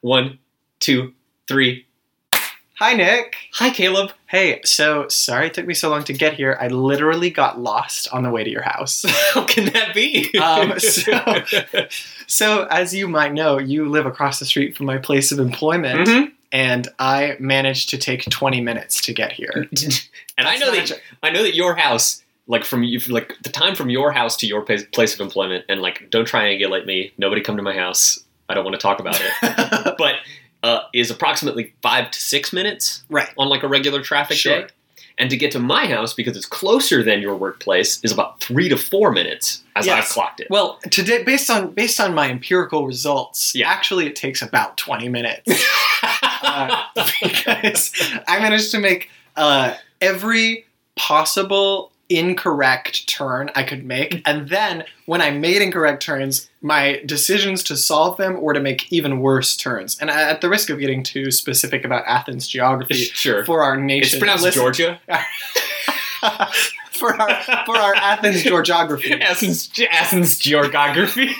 One, two, three. Hi, Nick. Hi, Caleb. Hey, so sorry it took me so long to get here. I literally got lost on the way to your house. How can that be? Um, so, so, as you might know, you live across the street from my place of employment, Mhm. and I managed to take 20 minutes to get here. and I know That's that I know that your house, like from you, like the time from your house to your place, place of employment, and like don't triangulate me. Nobody come to my house. I don't want to talk about it. but uh, is approximately five to six minutes Right. on like a regular traffic Sure. day. And to get to my house because it's closer than your workplace is about three to four minutes as Yes. I've clocked it. Well, today, based on based on my empirical results, Yeah. actually it takes about 20 minutes uh, because I managed to make uh, every possible incorrect turn I could make, and then when I made incorrect turns, my decisions to solve them or to make even worse turns. And I, at the risk of getting too specific about Athens geography sure. for our It's nation, pronounced listen- Georgia. for our for our Athens georgiography. Athens, Athens geography.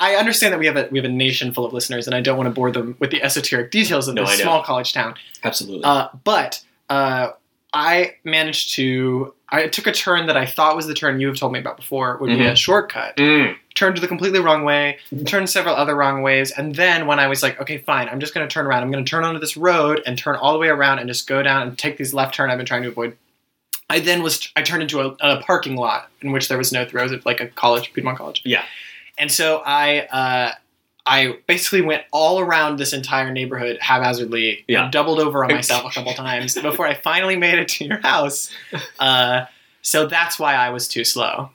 I understand that we have a we have a nation full of listeners, and I don't want to bore them with the esoteric details of No, I this know. small college town. Absolutely. Uh, but uh, I managed to I took a turn that I thought was the turn you have told me about before would be a shortcut. Mm. Turned the completely wrong way, Mm-hmm. turned several other wrong ways, and then when I was like, okay, fine, I'm just going to turn around. I'm going to turn onto this road and turn all the way around and just go down and take these left turn I've been trying to avoid. I then was I turned into a, a parking lot in which there was no throws at like a college, Piedmont College. Yeah. And so I uh, I basically went all around this entire neighborhood haphazardly, Yeah. and doubled over on myself a couple times before I finally made it to your house. Uh, so that's why I was too slow.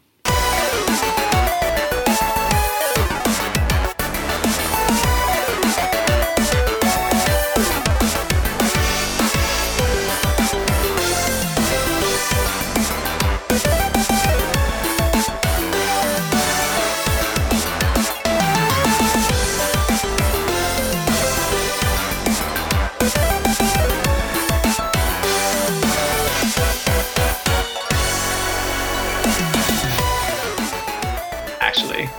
Actually,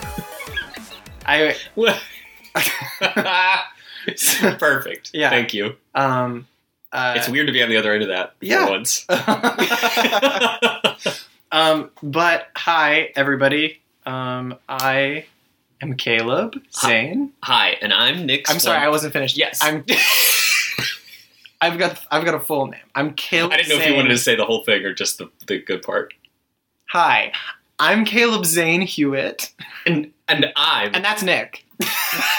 I Perfect. Yeah. Thank you. um, uh, it's weird to be on the other end of that for yeah. once. uh, um, but hi everybody. Um, I am Caleb Hi. Zane. Hi, and I'm Nick. I'm sorry, Swan- I wasn't finished. Yes. I'm. I've got I've got a full name. I'm Caleb. I didn't know if you Zane. wanted to say the whole thing or just the, the good part. Hi, I'm Caleb Zane Hewitt, And and I'm and and, that's Nick.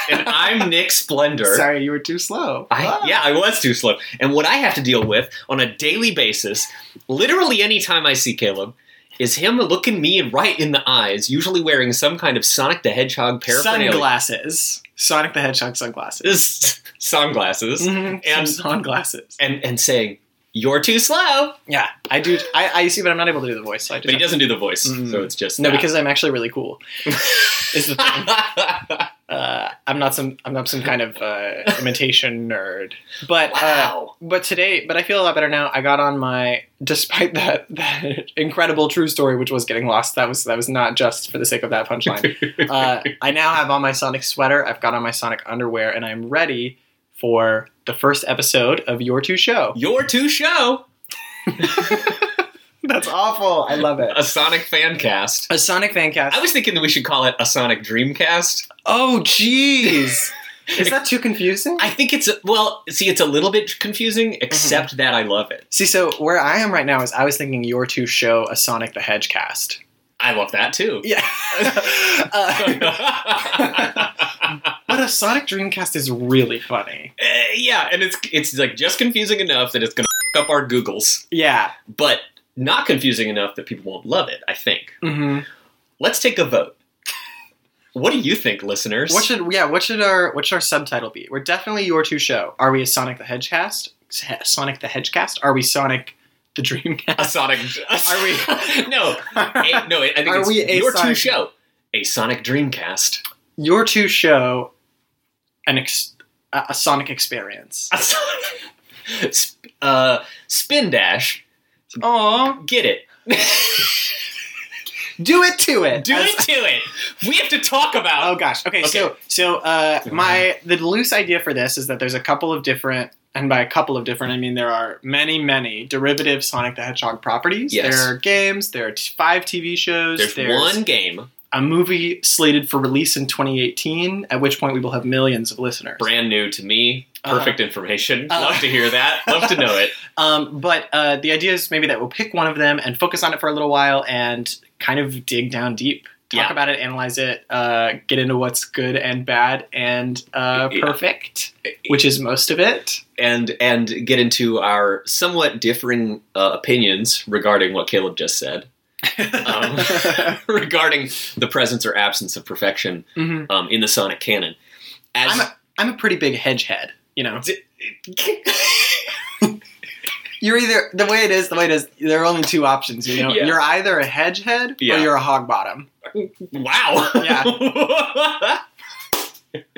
I'm Nick Splendor. Sorry, you were too slow. I, Ah. yeah, I was too slow. And what I have to deal with on a daily basis, literally any time I see Caleb, is him looking me right in the eyes, usually wearing some kind of Sonic the Hedgehog paraphernalia. Sunglasses. Sonic the Hedgehog sunglasses. Sunglasses. Mhm, And- some sunglasses. And, and saying, You're too slow. Yeah, I do. I, I see, but I'm not able to do the voice. So I just But he Mm-hmm. have- doesn't do the voice. Mm. So it's just. no, that. because I'm actually really cool. is the thing. Uh, I'm not some. I'm not some kind of uh, imitation nerd. But uh, wow. but today, but I feel a lot better now. I got on my, despite that, that incredible true story, which was getting lost. That was that was not just for the sake of that punchline. uh, I now have on my Sonic sweater. I've got on my Sonic underwear, and I'm ready for the first episode of your two show. Your two show, That's awful. I love it. a Sonic fan cast. A Sonic fan cast. I was thinking that we should call it a Sonic Dreamcast. oh, jeez. Is that too confusing? I think it's well, see, it's a little bit confusing, except that I love it. See, so where I am right now is I was thinking your two show a Sonic the Hedge cast. I love that too. Yeah. Uh, but a Sonic Dreamcast is really funny. Eh, yeah, and it's it's like just confusing enough that it's gonna f- up our Googles, Yeah. but not confusing enough that people won't love it. I think. Mm-hmm. Let's take a vote. What do you think, listeners? What should yeah? What should our what should our subtitle be? We're definitely your two show. Are we a Sonic the Hedge cast? Se- Sonic the Hedge cast? Are we Sonic the Dreamcast? a Sonic? Are we- no, eh, no. I think Are it's we a your two Sonic- show, a Sonic Dreamcast. Your two show, an ex- a, a Sonic experience. A Sonic, Sp- uh, spin dash. Aww. Get it? Do it to it. Do As- it to it. We have to talk about. Oh gosh. Okay. Okay. So so uh, Mhm. my the loose idea for this is that there's a couple of different, and by a couple of different, I mean there are many many derivative Sonic the Hedgehog properties. Yes. There are games. There are t- five TV shows. there's, one game, a movie slated for release in 2018. At which point we will have millions of listeners. brand new to me. Uh-huh. Perfect information. Uh-huh. Love to hear that. Love to know it. Um, but uh, the idea is maybe that we'll pick one of them and focus on it for a little while and kind of dig down deep. Talk Yeah. about it, analyze it, uh, get into what's good and bad and uh, Yeah. perfect, which is most of it. and and get into our somewhat differing uh, opinions regarding what Caleb just said, um, regarding the presence or absence of perfection Mhm. um, in the Sonic canon. As I'm, a, I'm a pretty big hedge head, you know. You're either the way it is, the way it is. There are only two options, you know. Yeah. You're either a hedge head Yeah. or you're a hog bottom. wow,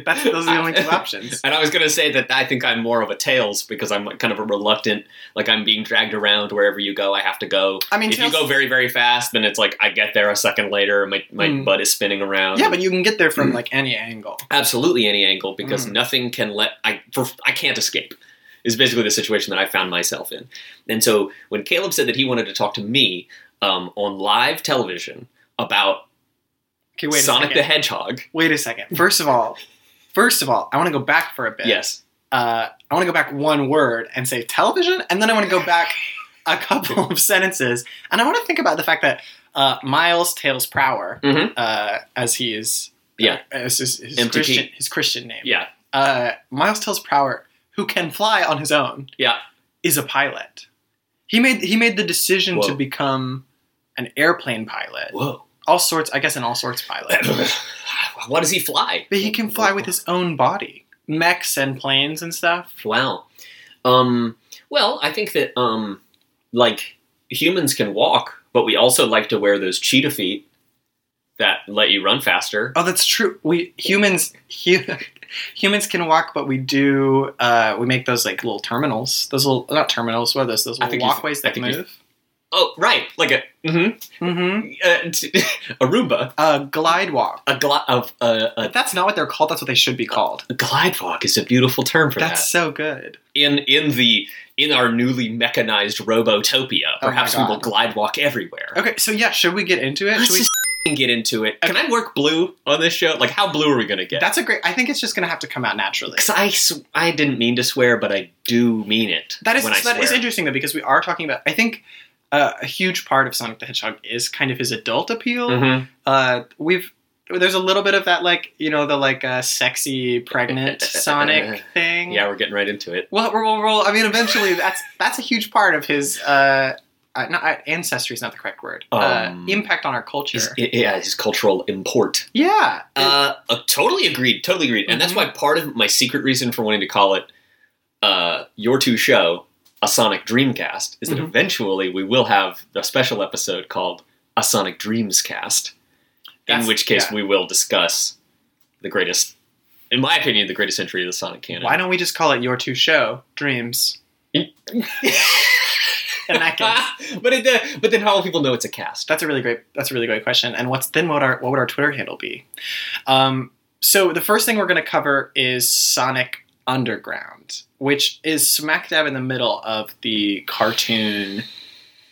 That's those are the only two I- options. And I was gonna say that I think I'm more of a tails because I'm like kind of a reluctant, like I'm being dragged around wherever you go. I have to go. I mean, if Tails- you go very very fast, then it's like I get there a second later. My my Hmm. butt is spinning around. yeah, but you can get there from like any angle. absolutely any angle because Mm. nothing can let I for, I can't escape is basically the situation that I found myself in. And so when Caleb said that he wanted to talk to me um, on live television about Okay, wait. a Sonic second. the Hedgehog, Wait a second. First of all, first of all, I want to go back for a bit. yes, Uh, I want to go back one word and say television, and then I want to go back a couple of sentences, and I want to think about the fact that uh, Miles Tails Prower, Mhm. uh, as he is, Yeah. uh, as his, his MTP. Christian his Christian name, yeah, uh, Miles Tails Prower, who can fly on his own, Yeah. is a pilot. He made he made the decision to Whoa. become an airplane pilot, whoa, all sorts, I guess, an all sorts pilot. why does he fly? But he can fly with his own body. Mechs and planes and stuff. Wow. Um, well, I think that um, like humans can walk, but we also like to wear those cheetah feet that let you run faster. Oh, that's true. We humans hu- humans can walk, but we do uh, we make those like little terminals. Those little not terminals. What are those? Those I little think you- walkways I that think you- move. Oh, right, like a mm-hmm, Mm-hmm. uh, t- Aruba. Uh, glide walk. A, gli- of uh, a, That's not what they're called. That's what they should be called. a glide walk is a beautiful term for That's that. so good. In in the in our newly mechanized Robotopia, Oh my perhaps we will God. glide walk everywhere. Okay, so yeah, should we get into it? Let's Should we? just f***ing get into it. Can I work blue on this show? Like, how blue are we gonna get? That's a great. I think it's just gonna have to come out naturally. Because I sw- I didn't mean to swear, but I do mean it. That is when I that is swear. interesting though because we are talking about. I think uh, a huge part of Sonic the Hedgehog is kind of his adult appeal. Mhm. uh, we've there's a little bit of that like you know the like uh, sexy pregnant Sonic thing. Yeah, we're getting right into it. Well, we'll, we'll, we'll- I mean, eventually that's that's a huge part of his. Uh, uh, not, uh, ancestry is not the correct word. Um, uh, impact on our culture. His- yeah, his cultural import. yeah. Uh, uh, totally agreed. Totally agreed. And that's Mhm. why part of my secret reason for wanting to call it uh, your two show a Sonic Dreamcast is that Mhm. eventually we will have a special episode called a Sonic Dreams Cast, in That's- which case yeah. we will discuss the greatest, in my opinion, the greatest entry of the Sonic canon. Why don't we just call it your two show dreams? In that case, but it, uh, but then how will people know it's a cast? that's a really great. That's a really great question. And what's then? What our what would our Twitter handle be? Um, so the first thing we're going to cover is Sonic Underground, which is smack dab in the middle of the cartoon,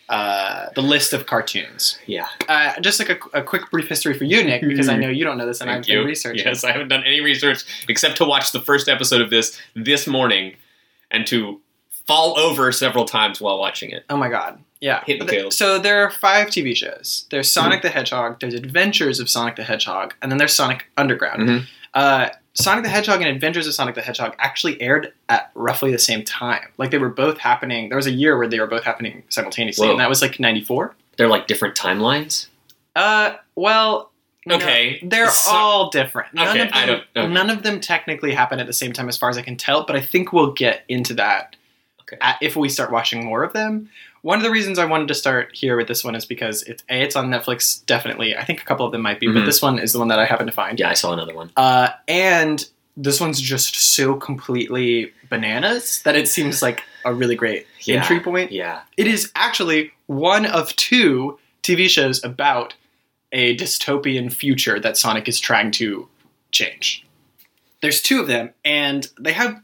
uh, the list of cartoons. Yeah. Uh, just like a, a quick brief history for you, Nick, because I know you don't know this and Thank I've you. been researching. Yes, I haven't done any research except to watch the first episode of this this morning and to fall over several times while watching it. Oh my god. Yeah. Hit and But the- kill. So there are five TV shows. There's Sonic the Hedgehog, there's Adventures of Sonic the Hedgehog, and then there's Sonic Underground. Mhm. Uh, Sonic the Hedgehog and Adventures of Sonic the Hedgehog actually aired at roughly the same time. Like they were both happening. There was a year where they were both happening simultaneously, Whoa. and that was like '94. They're like different timelines. Uh, well, no, Okay. they're So- all different. None Okay, of them, I don't- okay. none of them technically happen at the same time, as far as I can tell. But I think we'll get into that Okay. at- if we start watching more of them. One of the reasons I wanted to start here with this one is because it's a it's on Netflix definitely. I think a couple of them might be, but Mhm. this one is the one that I happen to find. Yeah, I saw another one. Uh, and this one's just so completely bananas that it seems like a really great Yeah. entry point. Yeah. It is actually one of two TV shows about a dystopian future that Sonic is trying to change. There's two of them, and they have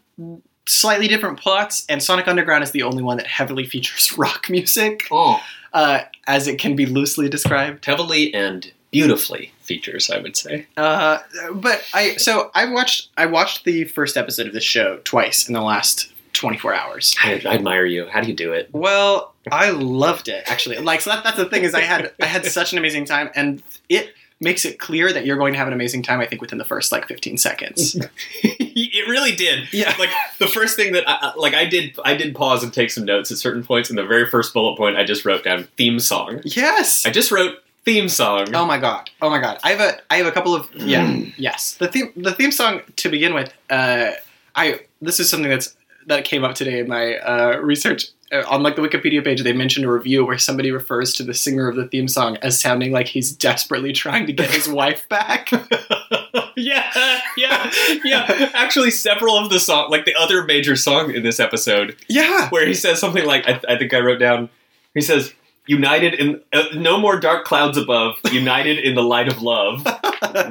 slightly different plots, and Sonic Underground is the only one that heavily features rock music, Oh, uh, as it can be loosely described. heavily and beautifully features, I would say. Uh, but I so I watched I watched the first episode of this show twice in the last 24 hours. I, I admire you. How do you do it? Well, I loved it actually. Like so that, that's the thing is I had I had such an amazing time and it makes it clear that you're going to have an amazing time I think within the first like 15 seconds. it really did. yeah. Like the first thing that I I- like I did I did pause and take some notes at certain points and the very first bullet point I just wrote down theme song. Yes. I just wrote theme song. Oh my god! Oh my god! I have a I have a couple of yeah Hmm. yes the theme the theme song to begin with. Uh, I this is something that's that came up today in my uh, research uh, on like the Wikipedia page. They mentioned a review where somebody refers to the singer of the theme song as sounding like he's desperately trying to get his wife back. yeah, yeah, yeah. Actually, several of the song, like the other major song in this episode, Yeah, where he says something like, I, I think I wrote down. He says, "United in uh, no more dark clouds above, united in the light of love."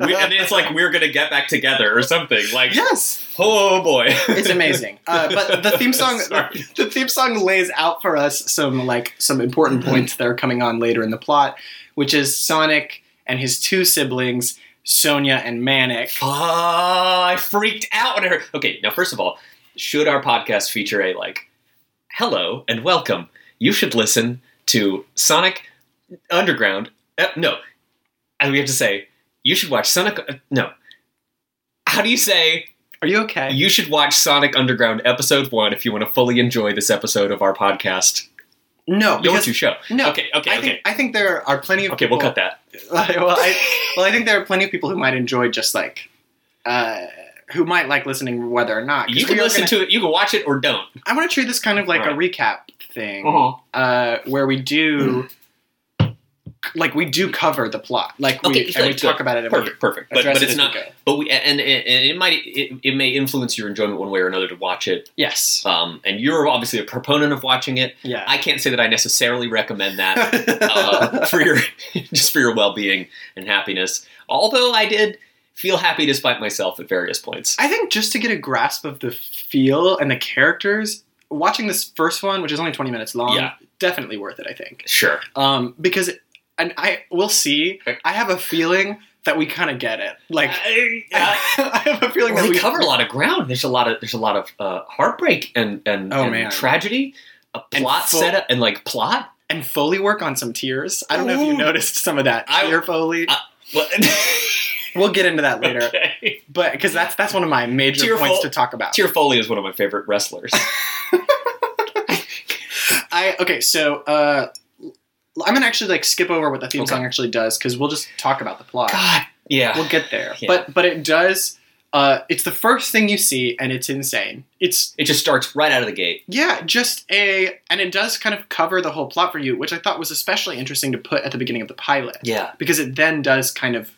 We, and it's like we're gonna get back together or something. Like, yes, oh boy, it's amazing. Uh, but the theme song Sorry. the theme song lays out for us some like some important points that are coming on later in the plot, which is Sonic and his two siblings, Sonia and Manic. Ah, I freaked out when I heard. Okay, now first of all, should our podcast feature a like, hello and welcome? You should listen to Sonic Underground. Uh, no, and we have to say you should watch Sonic. Uh, no, how do you say Are you okay? you should watch Sonic Underground episode one if you want to fully enjoy this episode of our podcast? no, Your because two show. no. Okay, okay, I okay, think I think there are plenty of okay. People, We'll cut that. well, I, well, I think there are plenty of people who might enjoy just like. Uh, who might like listening whether or not. 'cause You can we are listen gonna- to it. You can watch it or don't. I want to treat this kind of like a recap thing. Mm-hmm. uh, where we do like we do cover the plot like we, Okay, and we good, talk about it and Perfect, perfect. we But, address but it's it as not. we go. But we and, and, and it might it, it may influence your enjoyment one way or another to watch it. yes Um, and you're obviously a proponent of watching it. yeah I can't say that I necessarily recommend that uh, for your just for your well being and happiness. Although I did feel happy despite myself at various points. i think just to get a grasp of the feel and the characters watching this first one which is only 20 minutes long Yeah. definitely worth it i think Sure. um, because it, and i we'll see Okay. i have a feeling that we kind of get it like I, I have a feeling Well, that they we cover a lot of ground. There's a lot of there's a lot of uh, heartbreak and and, Oh, and man. tragedy, a And plot full- setup, and like plot. and foley work on some tears i don't know if you Ooh. noticed some of that I- tear foley I- Well, we'll get into that later okay. but because that's that's one of my major Tearful- points to talk about. Tier Foley is one of my favorite wrestlers. I okay, so uh, I'm gonna actually like skip over what the theme Okay. song actually does because we'll just talk about the plot. God, yeah. We'll get there, Yeah. but but it does. Uh, it's the first thing you see, and it's insane. It's It just starts right out of the gate. yeah, just a and it does kind of cover the whole plot for you, which I thought was especially interesting to put at the beginning of the pilot Yeah, because it then does kind of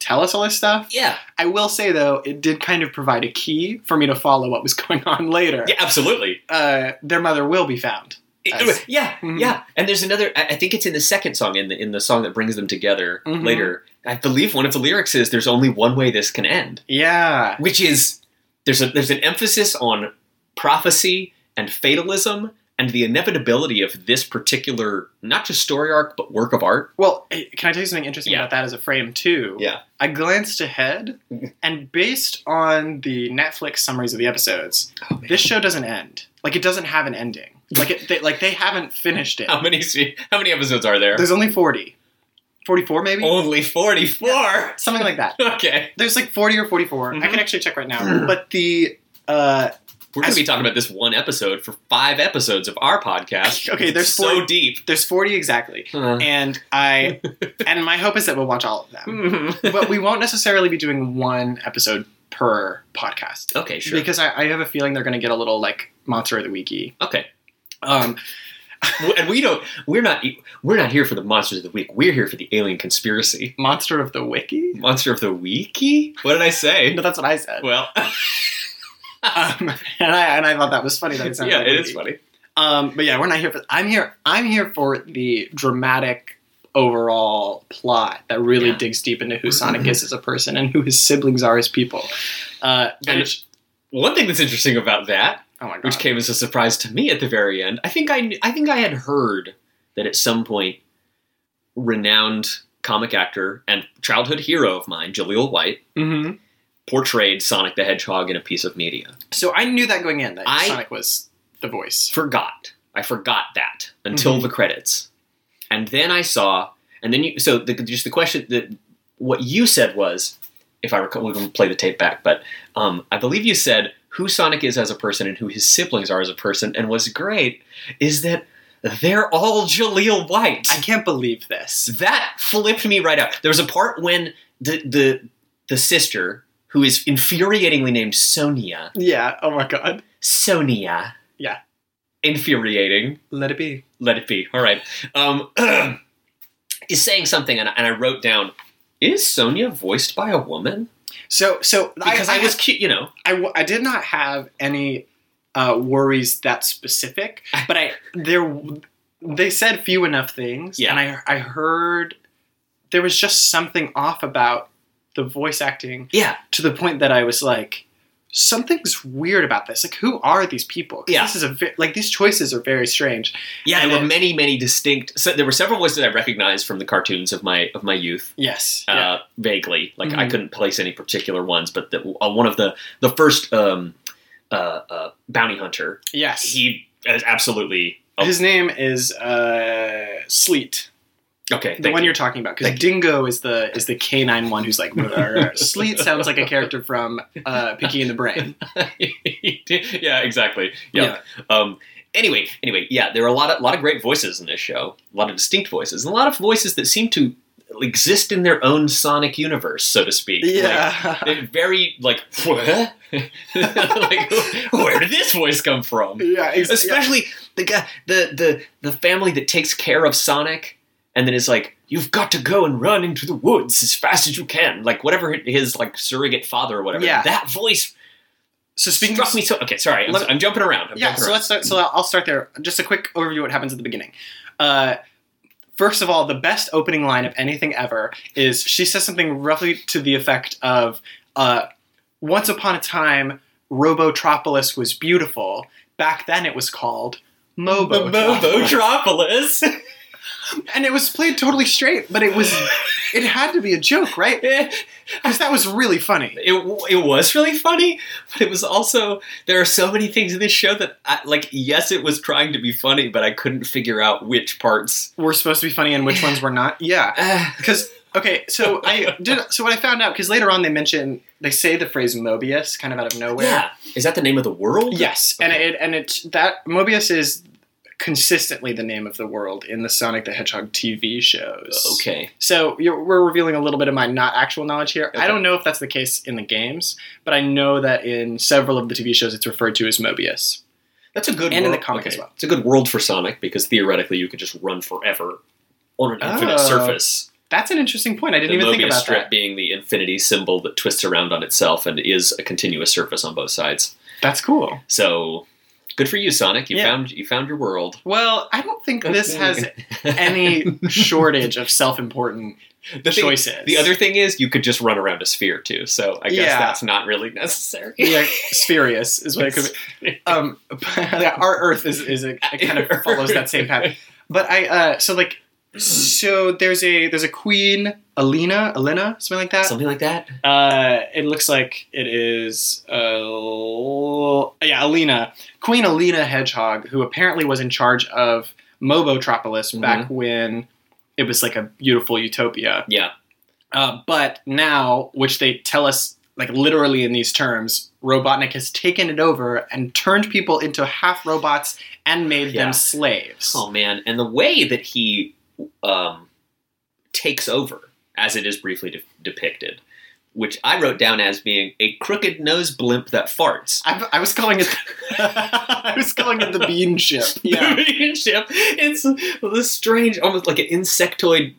tell us all this stuff. yeah, I will say though, it did kind of provide a key for me to follow what was going on later. yeah. Absolutely. Uh, their mother will be found. It- Nice. yeah, Mhm. yeah. And there's another. I, I think it's in the second song in the in the song that brings them together Mhm. later. I believe one of the lyrics is "There's only one way this can end," Yeah. which is there's a there's an emphasis on prophecy and fatalism and the inevitability of this particular not just story arc but work of art. Well, eh, can I tell you something interesting Yeah. about that as a frame too? Yeah. I glanced ahead, and based on the Netflix summaries of the episodes, Oh, man. this show doesn't end. Like it doesn't have an ending. Like it, they, like they haven't finished it. How many se- how many episodes are there? There's only 40. 44 maybe? only forty four. Something like that. Okay. There's like 40 or 44. I Mhm. can actually check right now. but the uh We're going As- to be talking about this one episode for five episodes of our podcast. Okay, there's It's so four- deep. there's 40 exactly. Uh, And I and my hope is that we'll watch all of them. Mm. but we won't necessarily be doing one episode per podcast. okay, sure. because I, I have a feeling they're going to get a little like monster of the weeky. okay, Um, W- and we don't. We're not. We're not here for the monsters of the week. We're here for the alien conspiracy. monster of the wiki? Monster of the weeky? What did I say? No, that's what I said. Well, Um, and I and I thought that was funny. That it sounded yeah, like it wiki. is funny. Um, but yeah, we're not here for. I'm here. I'm here for the dramatic overall plot that really Yeah. digs deep into who Sonic is as a person and who his siblings are as people. Uh, And which- One thing that's interesting about that, oh my god! which came as a surprise to me at the very end, I think I kn- I think I had heard that at some point, renowned comic actor and childhood hero of mine, Jaleel White, Mhm. portrayed Sonic the Hedgehog in a piece of media. So I knew that going in that I- Sonic was the voice. forgot. I forgot that until Mm-hmm. the credits, and then I saw, and then you. So the, just the question that what you said was, if I recall, we can play the tape back, but um, I believe you said who Sonic is as a person and who his siblings are as a person, and what's great is that they're all Jaleel White. I can't believe this. that flipped me right out. There was a part when the the the sister who is infuriatingly named Sonia, Yeah. Oh my god. Sonia, Yeah. infuriating Let it be. let it be. All right. Um, is saying something, and I, and I wrote down, is Sonia voiced by a woman? So so Because I, was had- cute, you know. I, w- I did not have any uh, worries that specific, but I there they said few enough things, Yeah. and I I heard there was just something off about the voice acting Yeah. to the point that I was like. Something's weird about this. Like, who are these people? 'Cause Yeah. This is a ve- like these choices are very strange. Yeah, there And were it- many, many distinct. So there were several voices I recognized from the cartoons of my of my youth, Yes. uh, Yeah. vaguely. Like I Mhm. couldn't place any particular ones, but the, uh, one of the the first um, uh, uh, bounty hunter, yes. he is absolutely oh, His name is uh, Sleet, okay. the thank one you. you're talking about, because Thank Dingo is the is the canine one who's like. "Rrr." Sleet sounds like a character from uh, Pinky and the Brain. yeah, exactly. Yeah. Um, anyway, anyway, yeah, there are a lot of lot of great voices in this show, a lot of distinct voices, and a lot of voices that seem to exist in their own sonic universe, so to speak. Like, they're very like, what? like where did this voice come from? yeah, ex- Especially the guy, the the the family that takes care of Sonic, and then is like, "You've got to go and run into the woods as fast as you can." Like whatever his like surrogate father or whatever. Yeah. That voice So speaking. struck me so. Okay, sorry, I'm, Let- I'm jumping around. I'm yeah, jumping so around. let's start. So I'll start there. Just a quick overview of what happens at the beginning. Uh, first of all, the best opening line of anything ever is she says something roughly to the effect of, uh, "Once upon a time, Robotropolis was beautiful. Back then, it was called." Mobo, Bobotropolis. and it was played totally straight, but it was it had to be a joke, right? it, Because that was really funny. it was really funny, but it was also there are so many things in this show that I, like yes, it was trying to be funny, but I couldn't figure out which parts. We're supposed to be funny, and which ones were not? Yeah, Uh, because okay, so I did. So what I found out because later on they mention they say the phrase Mobius kind of out of nowhere. yeah, is that the name of the world? Yes, and it and it's that Mobius is consistently the name of the world in the Sonic the Hedgehog TV shows. Okay. So you're, we're revealing a little bit of my not actual knowledge here. Okay. I don't know if that's the case in the games, but I know that in several of the TV shows it's referred to as Mobius. That's a good And in world. the comic as well. It's a good world for Sonic because theoretically you could just run forever on an infinite Oh, surface. That's an interesting point. I the didn't even Mobius think about strip that. being the infinity symbol that twists around on itself and is a continuous surface on both sides. That's cool. So good for you, Sonic. You Yeah. found you found your world. Well, I don't think this has any shortage of self-important the thing- choices. the other thing is you could just run around a sphere too. So I guess Yeah. that's not really necessary. yeah, spurious is what it could be. Um, our Earth is is a, it kind of follows that same path. But I uh, so like so there's a there's a queen Alina Alina something like that. Something like that. Uh, it looks like it is uh, yeah Alina Queen Alina Hedgehog who apparently was in charge of Mobotropolis Mm-hmm. back when it was like a beautiful utopia. Yeah. Uh, but now, which they tell us like literally in these terms, Robotnik has taken it over and turned people into half robots and made Yeah. them slaves. Oh man, and the way that he um, takes over, as it is briefly de- depicted, which I wrote down as being a crooked nose blimp that farts. I, I was calling it. I was calling it the bean ship. Yeah. Ship. It's this strange, almost like an insectoid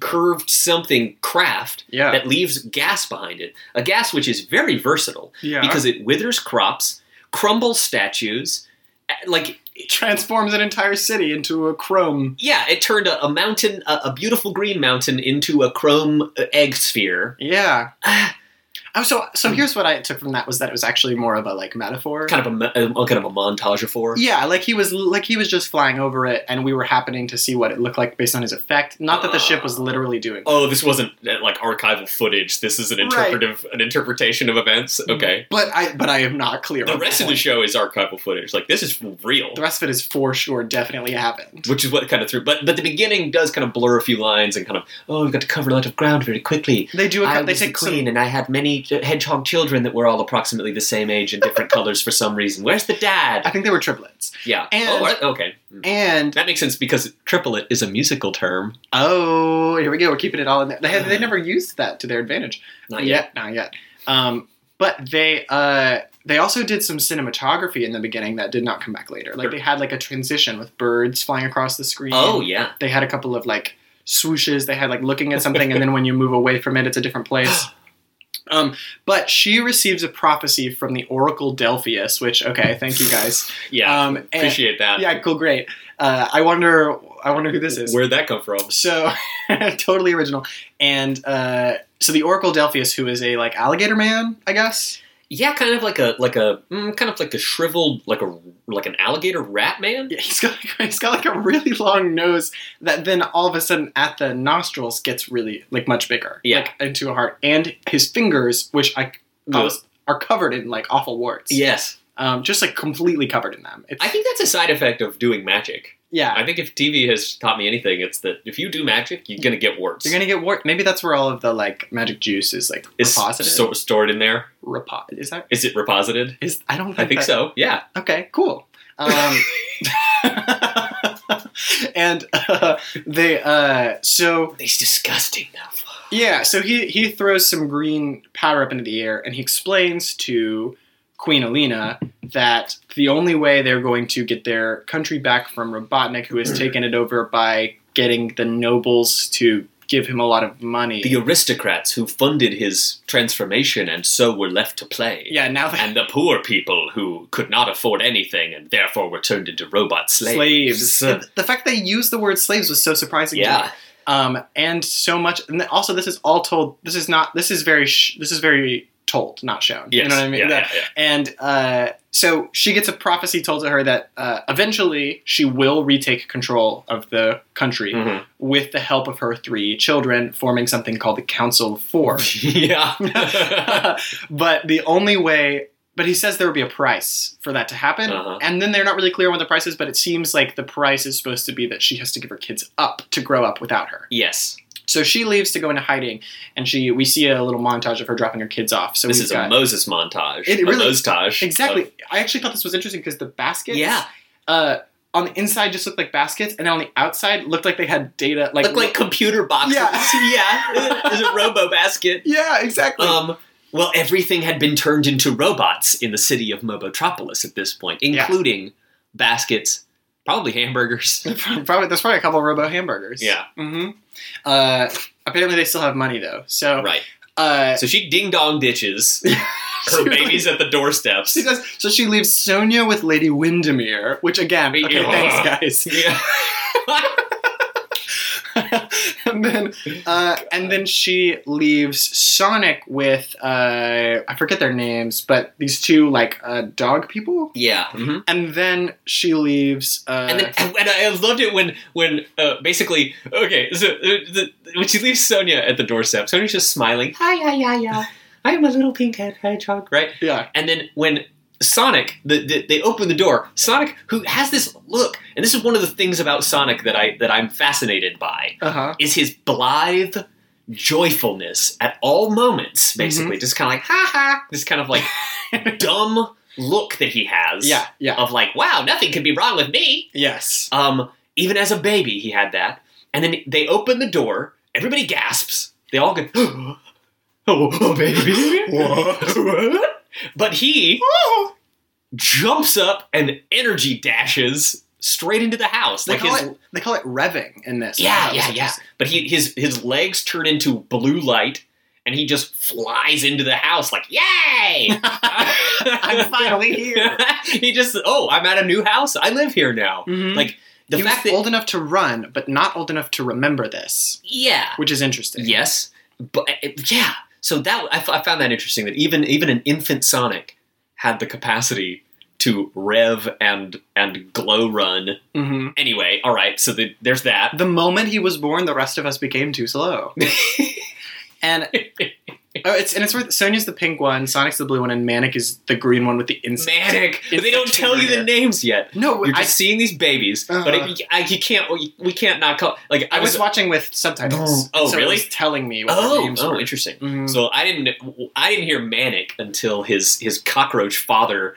curved something craft Yeah. that leaves gas behind it. A gas which is very versatile Yeah. because it withers crops, crumbles statues, like transforms an entire city into a chrome. yeah, it turned a, a mountain, a, a beautiful green mountain, into a chrome uh, egg sphere. Yeah. Oh, so so here's what I took from that was that it was actually more of a like metaphor. Hmm. Kind of a, mo- a kind of a montage of four. Yeah, like he was like he was just flying over it, and we were happening to see what it looked like based on his effect. Not that the ship was literally doing. Ah. Oh, this wasn't uh, like archival footage. This is an Right. Mm-hmm. interpretive, an interpretation of events. Okay. But I but I am not clear. The on rest of the point. show is archival footage. Like this is real. the rest of it is for sure definitely happened. which is what kind of threw. But but the beginning does kind of blur a few lines and kind of oh we've got to cover a lot of ground very quickly. They do. A, I they was the take queen, and I had many hedgehog children that were all approximately the same age and different colors for some reason. Where's the Some, I dad? think they were triplets. Yeah. and- oh, all right, okay. And That makes sense because triplet is a musical term. oh, here we go. We're keeping it all in there. They had, they never used that to their advantage. Not Yeah, yet. not yet. Um, but they uh, they also did some cinematography in the beginning that did not come back later. Like they had like a transition with birds flying across the screen. Oh yeah. they had a couple of like swooshes they had like looking at something and then when you move away from it it's a different place um, but she receives a prophecy from the oracle delphius which okay thank you guys Yeah. um, and- Appreciate that. yeah cool great uh, i wonder i wonder who this is Where'd that come from? so totally original and uh, so the oracle delphius who is a like alligator man i guess Yeah, kind of like a like a mm, kind of like a shriveled like a like an alligator rat man. yeah, he's got like, he's got like a really long nose that then all of a sudden at the nostrils gets really like much bigger, Yeah. like into a heart, and his fingers, which I thought was- are covered in like awful warts, Yes, um, just like completely covered in them. It's, I think that's a side effect of doing magic. yeah, I think if TV has taught me anything, it's that if you do magic, you're gonna get words. you're gonna get wart. Maybe that's where all of the like magic juice is like is reposited. sto- stored in there. Repo- is that Is it reposited? is I don't think I think that- so. Yeah. Okay, cool. Um, and uh, they uh, so. It's disgusting now. Yeah, so he he throws some green powder up into the air and he explains to Queen Alina that the only way they're going to get their country back from Robotnik, who has taken it over by getting the nobles to give him a lot of money. The aristocrats who funded his transformation and so were left to play. yeah, now they And the poor people who could not afford anything and therefore were turned into robot slaves. slaves. And The fact they used the word slaves was so surprising. To me. Yeah. Um, and so much. And also, this is all told. This is not. This is very. Sh- this is very told, not shown. Yes. You know what I mean? Yeah, That- yeah, yeah. And uh, so she gets a prophecy told to her that uh, eventually she will retake control of the country Mhm. with the help of her three children, forming something called the Council of Four. Mm-hmm. yeah. but the only way, but he says there would be a price for that to happen. Uh-huh. And then they're not really clear on what the price is, but it seems like the price is supposed to be that she has to give her kids up to grow up without her. yes. So she leaves to go into hiding, and she we see a little montage of her dropping her kids off. So This we've is got- a Moses montage. It a really- Moses-tage Exactly. of- I actually thought this was interesting because the baskets, yeah. uh, on the inside just looked like baskets, and on the outside looked like they had data, like, Look like computer boxes. Yeah. yeah. There's a robo basket. yeah, exactly. Um, well, everything had been turned into robots in the city of Mobotropolis at this point, Yeah. including baskets, probably hamburgers. probably there's probably a couple Robo hamburgers. Yeah. hmm Uh, apparently they still have money though, so right. uh, So she ding dong ditches. Her She baby's at the doorsteps. she does. So she leaves Sonia with Lady Windermere, which again, Yeah. okay, thanks Yeah. guys. and then, uh, and then she leaves Sonic with uh, I forget their names, but these two like uh, dog people. yeah. mhm. And then she leaves. Uh, And then, and I loved it when, when uh, basically, okay, so uh, the, when she leaves Sonia at the doorstep, Sonia's just smiling. Hi, yeah, yeah, yeah. I am a little pink head hedgehog, right? yeah, And then when Sonic, the, the, they open the door. Sonic, who has this look, and this is one of the things about Sonic that I that I'm fascinated by, uh huh. is his blithe joyfulness at all moments. Basically, just kind of like ha ha, this kind of like dumb look that he has. Yeah, yeah, Of like, wow, nothing could be wrong with me. yes. Um, even as a baby, he had that. And then they open the door. Everybody gasps. They all go, oh, oh baby, what? But he Oh! jumps up and energy dashes straight into the house. They like call his, it they call it revving in this. yeah, That was yeah, yeah. interesting. But he his his legs turn into blue light, and he just flies into the house like, "Yay! I'm finally here. he just, oh, I'm at a new house. I live here now. Mhm. Like the he fact was that, old enough to run, but not old enough to remember this, yeah, which is interesting. yes, but it- yeah. So that I, f- I found that interesting that even even an infant Sonic had the capacity to rev and and glow run. hmm Anyway, all right. So the, there's that. The moment he was born, the rest of us became too slow. and oh, it's and it's worth. Sonia's the pink one, Sonic's the blue one, and Manic is the green one with the insect. Manic. But they don't Insect tell you over the here. names yet. No, You're I, Uh-huh. just seeing these babies, but it, I, you can't. We, we can't not call. Like I was, watching with subtitles. Oh, so it really? was telling me what their Oh, names oh, were. interesting. Mhm. So I didn't, I didn't hear manic until his his cockroach father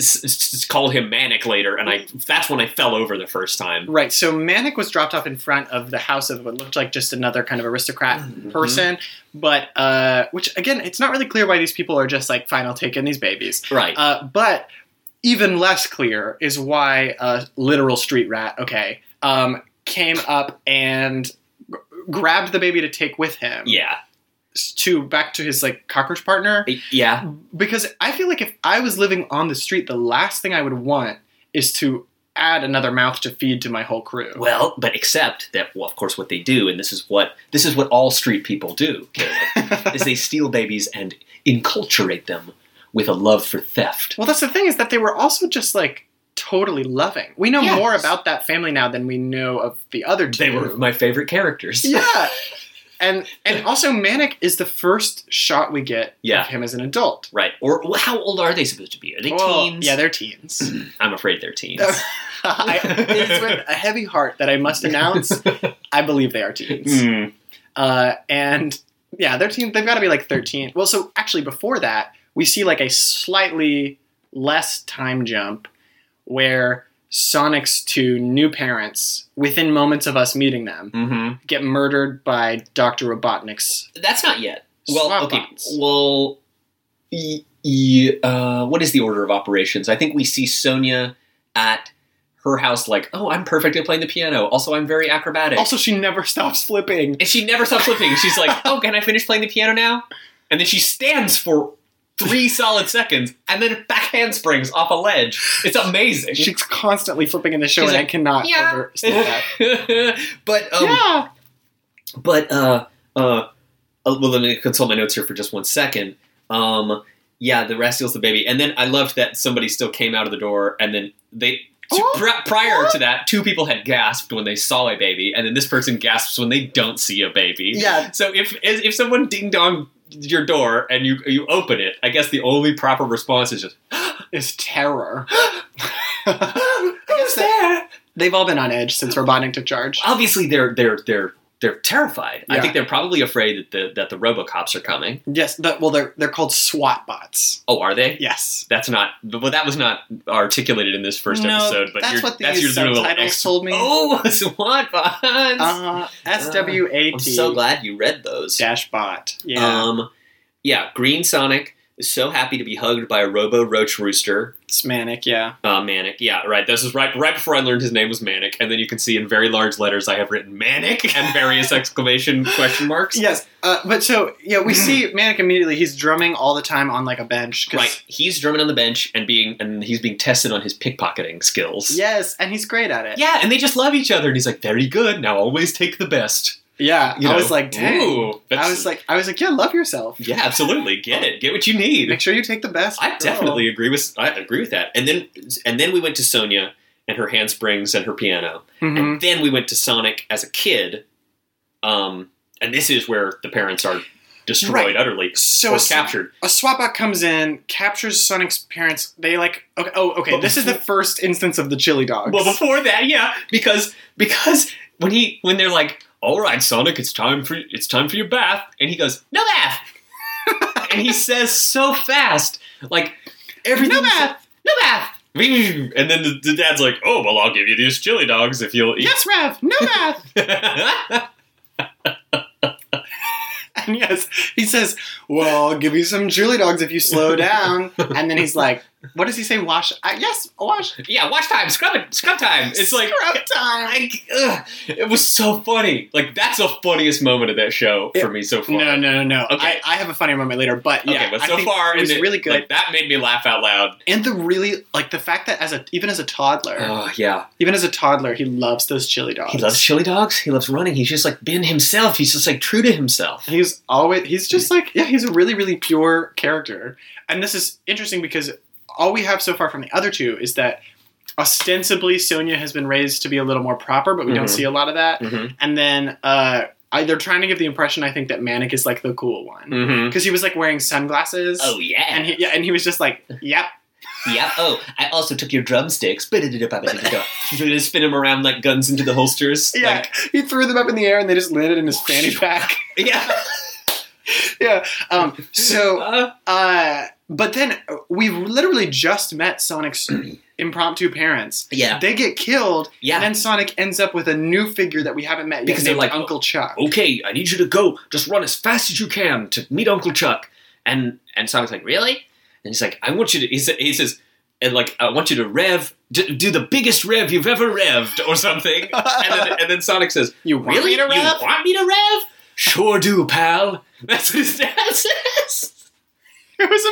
s- s- called him manic later, and I Mm-hmm. that's when I fell over the first time. Right, so Manic was dropped off in front of the house of what looked like just another kind of aristocrat Mhm. person, but uh, which again, it's not really clear why these people are just like, fine, I'll take in these babies. Right. Uh, but even less clear is why a literal street rat, okay, um, came up and g- grabbed the baby to take with him yeah. to back to his like cockroach partner. Yeah. Because I feel like if I was living on the street, the last thing I would want is to add another mouth to feed to my whole crew. Well, but except that, well, of course, what they do, and this is what this is what all street people do, Caleb, is they steal babies and enculturate them with a love for theft. Well, that's the thing is that they were also just like totally loving. We know Yes. more about that family now than we know of the other two. They were my favorite characters. yeah. And and also Manic is the first shot we get Yeah. of him as an adult. Right. Or well, how old are they supposed to be? Are they Well, teens? Yeah, they're teens. I'm afraid they're teens. I, it's with a heavy heart that I must announce I believe they are teens. Mm. Uh, and yeah, they're teen, they've got to be like 13. Well, so actually before that, we see like a slightly less time jump where Sonic's two new parents, within moments of us meeting them, hmm get murdered by Dr. Robotnik's. That's not yet. Well, Swap okay. bots. Well, e- e- uh, what is the order of operations? I think we see Sonia at her house, like, oh, I'm perfect at playing the piano. Also, I'm very acrobatic. Also, she never stops flipping. and she never stops flipping. She's like, oh, can I finish playing the piano now? And then she stands for three solid seconds, and then back handsprings off a ledge. It's amazing. She's constantly flipping in the show, She's and like, I cannot "Yeah." overstate that. but um, yeah. But uh, uh, uh, well, let me consult my notes here for just one second. Um, yeah, the rat steals the baby, and then I loved that somebody still came out of the door, and then they. to- Oh. pri- prior to that, two people had gasped when they saw a baby, and then this person gasps when they don't see a baby. Yeah. So if if if someone ding dong your door and you you open it, I guess the only proper response is just It's terror. who's there. They've all been on edge since Robotnik took charge. Obviously, they're they're they're they're terrified. I Yeah. think they're probably afraid that the that the RoboCops are coming. Yes, but, well, they're, they're called SWAT bots. Oh, are they? Yes. That's not. Well, that was not articulated in this first No, episode. But that's you're, what the that's your little subtitles ex- told me. Oh, SWAT bots. Uh, SWAT I'm so glad you read those. dash bot. Yeah. Um, yeah. Green Sonic is so happy to be hugged by a Robo Roach Rooster. it's manic, yeah. Uh, Manic. Yeah. Right. This is right right before I learned his name was Manic, and then you can see in very large letters I have written Manic and various exclamation question marks. Yes. Uh, but so, yeah, we see manic immediately. He's drumming all the time on like a bench. 'cause- Right. He's drumming on the bench and being and he's being tested on his pickpocketing skills. Yes, and he's great at it. Yeah, and they just love each other, and he's like, "Very good. Now always take the best." Yeah. You I know? was like, dang. Oh. Ooh, that's- I was like, I was like, yeah, love yourself. yeah, absolutely. Get it. Get what you need. Make sure you take the best. I girl. definitely agree with. I agree with that. And then, and then we went to Sonia and her handsprings and her piano, Mhm. and then we went to Sonic as a kid. Um, and this is where the parents are destroyed Right. utterly So or a, s- captured. a SWAT bot comes in, captures Sonic's parents. They like, okay, oh, okay. But this is the before- first instance of the chili dogs. Well, before that, yeah, because because when he when they're like, "All right, Sonic, it's time for it's time for your bath," and he goes, "No bath," and he says so fast, like everything. No bath! no bath. And then the, the dad's like, "Oh, well, I'll give you these chili dogs if you'll eat." yes, Rev. No math. And yes, he says, Well, I'll give you some chili dogs if you slow down. And then he's like, What does he say? Wash. I, yes, wash. Yeah, wash time, scrub it, scrub time. It's like scrub time. I, ugh, it was so funny. Like that's the funniest moment of that show for me so far. No, no, no, no. Okay. I, I have a funny moment later, but yeah, okay, but I so think far it was in the- really good. Like, that made me laugh out loud. and the really like the fact that as a even as a toddler, Oh yeah, even as a toddler, he loves those chili dogs. he loves chili dogs. He loves running. He's just like been himself. He's just like true to himself. He's always he's Hmm. just like yeah, he's a really really pure character. And this is interesting because all we have so far from the other two is that ostensibly Sonia has been raised to be a little more proper, but we don't Mhm. see a lot of that. Mm-hmm. And then uh, I, they're trying to give the impression I think that Manic is like the cool one Mm-hmm. because he was like wearing sunglasses. Oh yeah. And he, yeah, and he was just like, "Yep, yeah. Oh, I also took your drumsticks. Just spin them around like guns into the holsters. Yeah, Like, he threw them up in the air and they just landed in his fanny pack. yeah. yeah. Um, so, Uh, uh, but then uh, we literally just met Sonic's impromptu parents. yeah. They get killed, Yeah. and then Sonic ends up with a new figure that we haven't met yet Because they're named like- Uncle Chuck. okay, I need you to go. Just run as fast as you can to meet Uncle Chuck. And and Sonic's like, really? And he's like, I want you to. He, sa- he says, and like, I want you to rev, d- do the biggest rev you've ever revved or something. and, then, and then Sonic says, You want really? me to You rev? want me to rev? Sure do, pal. That's what his dad says. It was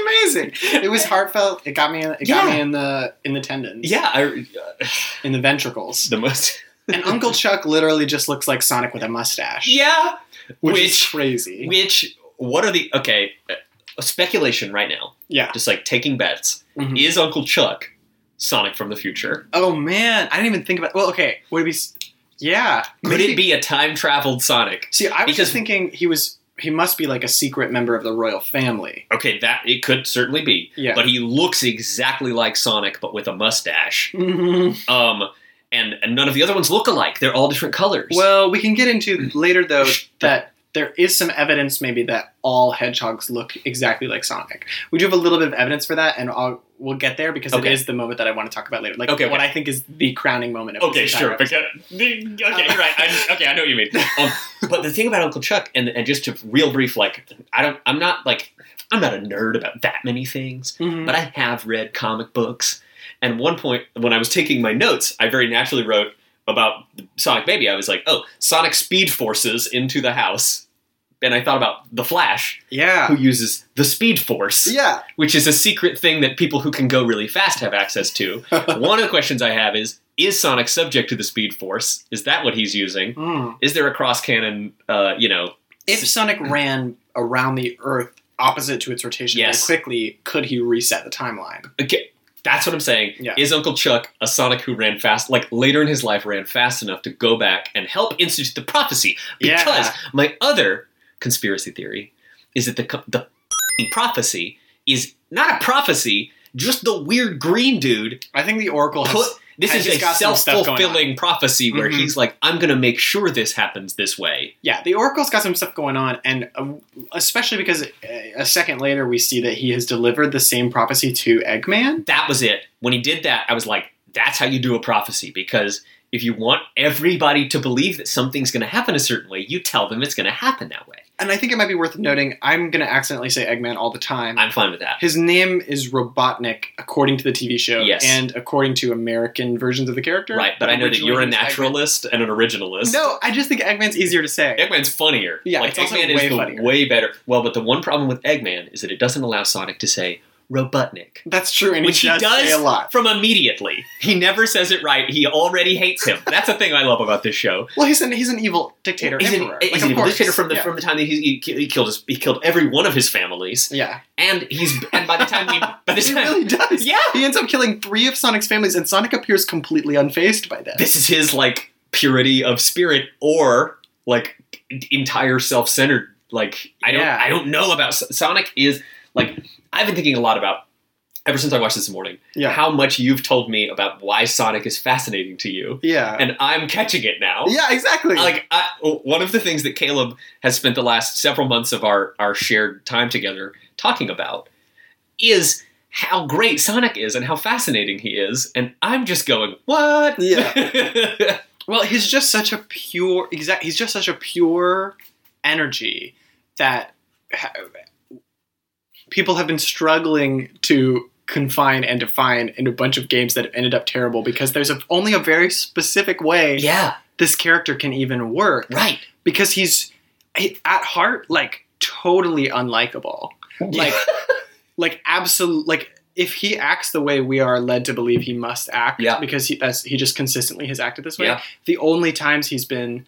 amazing. It was heartfelt. It got me. It got Yeah. me in the in the tendons. Yeah, I, uh, in the ventricles. the most. and Uncle Chuck literally just looks like Sonic with a mustache, Yeah, which, is which- crazy. which what are the okay? uh, Speculation right now, yeah. just like taking bets. Mhm. Is Uncle Chuck Sonic from the future? Oh man, I didn't even think about. Well, okay, would it be? s- Yeah, Could it be a time traveled Sonic? See, I was Because- just thinking he was he must be like a secret member of the royal family. Okay, that it could certainly be. Yeah. But he looks exactly like Sonic, but with a mustache. Mhm. Um, and, and none of the other ones look alike. They're all different colors. Well, we can get into later though that there is some evidence maybe that all hedgehogs look exactly like Sonic. We do have a little bit of evidence for that, and I'll, we'll get there because Okay. it is the moment that I want to talk about later. Like Okay, okay. what I think is the crowning moment. of okay, this sure. entire- Because, okay, you're right. I, okay, I know what you mean. Um, but the thing about Uncle Chuck, and, and just to real brief, like I don't, I'm not like, I'm not a nerd about that many things. Mhm. but I have read comic books. And one point, when I was taking my notes, I very naturally wrote about Sonic Baby. I was like, oh, Sonic speed forces into the house. And I thought about The Flash, yeah, who uses the speed force, yeah, which is a secret thing that people who can go really fast have access to. one of the questions I have is Is Sonic subject to the speed force? Is that what he's using? Mm. Is there a cross cannon, uh, you know? If Sonic ran around the Earth opposite to its rotation Yes. very quickly, could he reset the timeline? Okay, that's what I'm saying. Yeah. Is Uncle Chuck a Sonic who ran fast, like later in his life, ran fast enough to go back and help institute the prophecy? Because Yeah. my other conspiracy theory is that the co- the f***ing prophecy is not a prophecy, just the weird green dude I think the Oracle has put. This has is just a got some self stuff going on. fulfilling prophecy where Mhm. he's like, I'm going to make sure this happens this way. Yeah, the Oracle's got some stuff going on, and um, especially because uh, a second later we see that he has delivered the same prophecy to Eggman. That was it. When he did that, I was like, that's how you do a prophecy because if you want everybody to believe that something's going to happen a certain way, you tell them it's going to happen that way. And I think it might be worth noting I'm going to accidentally say Eggman all the time. I'm fine with that. His name is Robotnik, according to the TV show, Yes. and according to American versions of the character. Right, but I know that Originally, you're a he was naturalist and an originalist. Eggman. No, I just think Eggman's easier to say. Eggman's funnier. Yeah, like it's also Eggman way is the funnier. way better. Well, but the one problem with Eggman is that it doesn't allow Sonic to say Robotnik, That's true, and which he he does, say a lot. from immediately. He never says it right. He already hates him. That's the thing I love about this show. Well, he's an he's an evil dictator. He's an, e, emperor. he's Like, an of evil course. dictator from the yeah. from the time that he, he, he killed his, he killed every one of his families, yeah, and he's and by the time he by the he time really does. yeah, He ends up killing three of Sonic's families, and Sonic appears completely unfazed by this. this is his like purity of spirit or like entire self-centered like i don't Yeah. i don't know about S- sonic is like i've been thinking a lot about ever since i watched this morning yeah. how much you've told me about why sonic is fascinating to you yeah. and i'm catching it now yeah, exactly. like I, one of the things that caleb has spent the last several months of our our shared time together talking about is how great sonic is and how fascinating he is and i'm just going what yeah well, he's just such a pure exact he's just such a pure energy that ha- people have been struggling to confine and define into a bunch of games that have ended up terrible because there's a, only a very specific way Yeah, this character can even work right. because he's he- at heart like totally unlikable Like, like absolute like if he acts the way we are led to believe he must act Yeah. because he that's he just consistently has acted this way Yeah. the only times he's been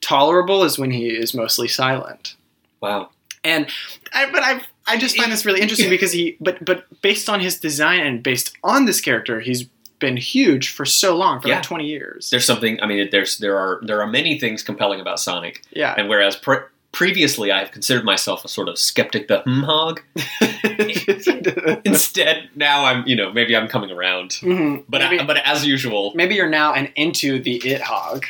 tolerable is when he is mostly silent wow. and I, but i i just find this really interesting because he but but based on his design and based on this character he's been huge for so long for Yeah. like 20 years There's something. I mean, there's there are there are many things compelling about Sonic, yeah and whereas pre- previously I've considered myself a sort of skeptic, the hmm hog. Mm-hmm. Instead, now I'm you know maybe I'm coming around, Mhm. but Maybe- I, but as usual, Maybe you're now an into the it hog.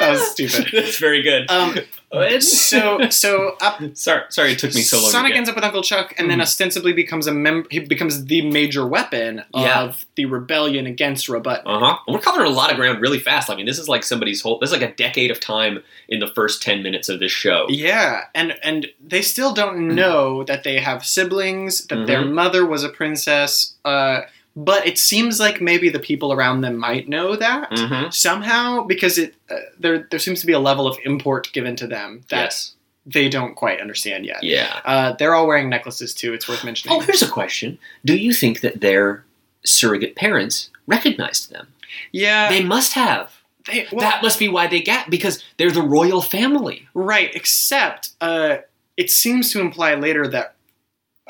That was stupid. That's very good. Um, so so up. sorry, sorry, it took me so long. Sonic to get. ends up with Uncle Chuck, and then Mhm. ostensibly becomes a mem- he becomes the major weapon Yeah. of the rebellion against Robotnik. Uh huh. We're covering a lot of ground really fast. I mean, this is like somebody's whole. This is like a decade of time in the first ten minutes of this show. Yeah, and and they still Mm-hmm. don't know that they have siblings, that their mother was a princess. Uh, but it seems like maybe the people around them might know that Mm-hmm. somehow because it uh, there there seems to be a level of import given to them that Yes. they don't quite understand yet. Yeah. Uh, they're all wearing necklaces too. It's worth mentioning. Oh, here's a question: Do you think that their surrogate parents recognized them? yeah, they must have. they- well, that must be why they got because they're the royal family. right. Except uh, it seems to imply later that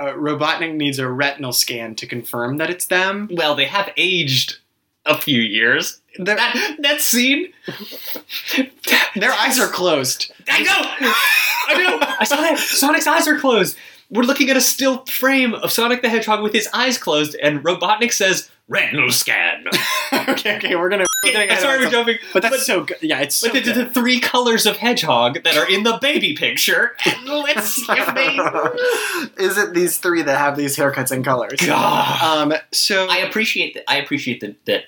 uh, Robotnik needs a retinal scan to confirm that it's them. Well, they have aged a few years. Their, That that scene. their eyes are closed. I know. I know. I saw that. Sonic's eyes are closed. We're looking at a still frame of Sonic the Hedgehog with his eyes closed, and Robotnik says, "Retinal scan." okay, okay, we're gonna. We're getting ahead of Sorry, we're ourselves. jumping, but that's but, so good. Yeah, it's so but the, good. the three colors of hedgehog that are in the baby picture. And let's see if they. Is it these three that have these haircuts and colors? God. Um. So I appreciate that. I appreciate that that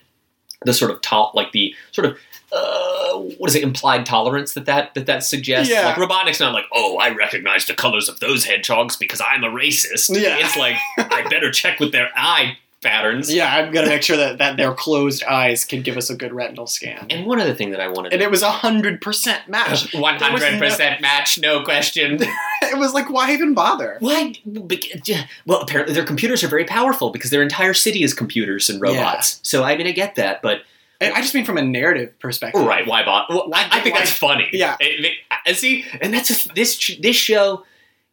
the sort of tol like the sort of uh, what is it implied tolerance that that that, that suggests. Yeah. Like robotics not like oh I recognize the colors of those hedgehogs because I'm a racist. Yeah. It's like I better check with their eye patterns. yeah, I'm gonna make sure that that their closed eyes can give us a good retinal scan. And one other thing that I wanted. and it was a hundred percent match. one hundred percent match, no question. It was like, why even bother? Why? bec- yeah, Well, apparently their computers are very powerful because their entire city is computers and robots. So I mean, I get that, but I I just mean from a narrative perspective. Right? Why bother? Well, I, I think that's funny. Yeah. It- it- and see, and that's this this show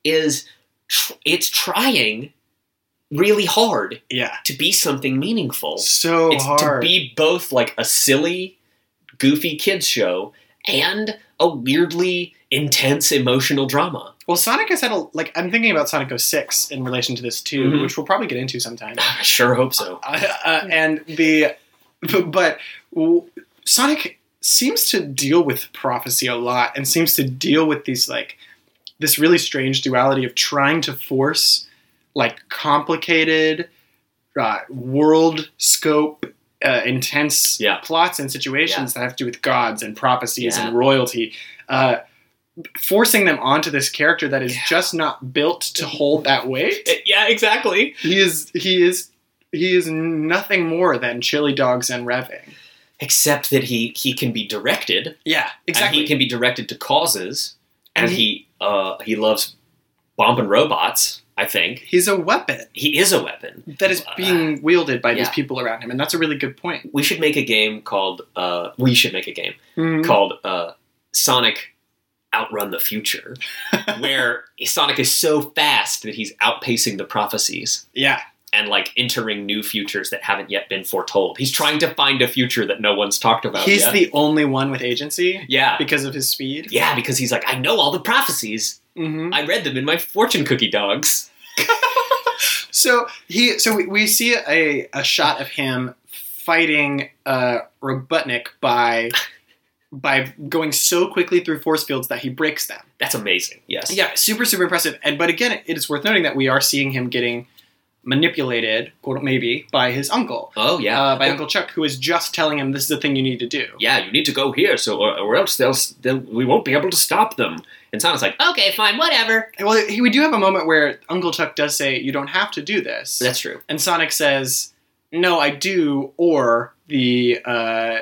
is tr- it's trying really hard Yeah. to be something meaningful. So it's hard. to be both like a silly, goofy kids show and a weirdly intense emotional drama. well, Sonic has had a like. I'm thinking about Sonic 06 in relation to this too, Mhm. which we'll probably get into sometime. I sure hope so. uh, uh, and the but w- Sonic seems to deal with prophecy a lot, and seems to deal with these like this really strange duality of trying to force like complicated uh, world scope. Uh, intense Yeah. plots and situations that have to do with gods and prophecies Yeah. and royalty, uh, forcing them onto this character that is Yeah. just not built to hold that weight Uh, yeah, exactly. he is he is he is nothing more than chili dogs and revving. Except that he he can be directed Yeah, And he can be directed to causes, and, And he- he uh, he loves bombing robots. I think He's a weapon he is a weapon. that is being wielded by these Yeah. people around him, and that's a really good point. We should make a game called. Uh, we should make a game Hmm? called uh, Sonic Outrun the Future, where Sonic is so fast that he's outpacing the prophecies Yeah, and like entering new futures that haven't yet been foretold. He's trying to find a future that no one's talked about. he's yet. the only one with agency yeah. because of his speed. Yeah, because he's like, I know all the prophecies. hmm I read them in my fortune cookie dogs. So he so we, we see a a shot of him fighting uh, Robotnik by by going so quickly through force fields that he breaks them. That's amazing. Yes. Yeah, super, super impressive. And but again, it is worth noting that we are seeing him getting manipulated, quote maybe, by his uncle, Oh yeah, uh, by Oh, Uncle Chuck, who is just telling him this is the thing you need to do. yeah, you need to go here, so or, or else they'll, they'll we won't be able to stop them. And Sana's like, okay, fine, whatever. Well, he, we do have a moment where Uncle Chuck does say, "You don't have to do this," That's true. and Sonic says, "No, I do," or the uh,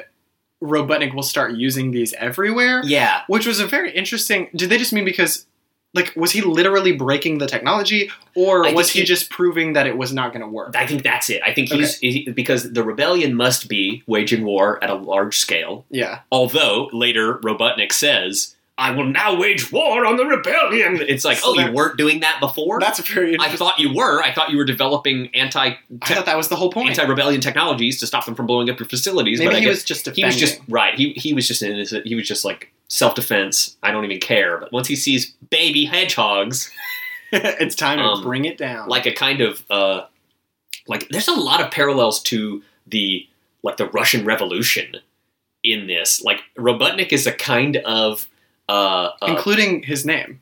Robotnik will start using these everywhere. Yeah, which was a very interesting. Did they just mean because, like, was he literally breaking the technology, or I was think he, he- just proving that it was not going to work? I think that's it. I think he's he- because the rebellion must be waging war at a large scale. yeah, Although later Robotnik says, "I will now wage war on the rebellion." It's like, So oh, you that- weren't doing that before. that's a very. I Interesting, thought you were. I thought you were developing anti I, thought that was the whole point. anti rebellion technologies to stop them from blowing up your facilities. Maybe but I he guess was just defending. he was just right. He he was just innocent. He was just like self defense. I don't even care. But once he sees baby hedgehogs, it's time to um, bring it down. like a kind of uh, like there's a lot of parallels to the like the Russian Revolution in this. Like Robotnik is a kind of uh, uh including his name,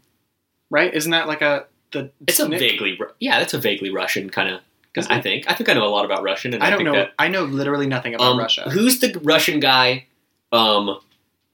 right? Isn't that like a the? it's a Nick- vaguely Ru- yeah, that's a vaguely Russian kind of. Isn't I it? think I think I know a lot about Russian, and I, I don't think know. that I know literally nothing about Um, Russia. Who's the Russian guy um,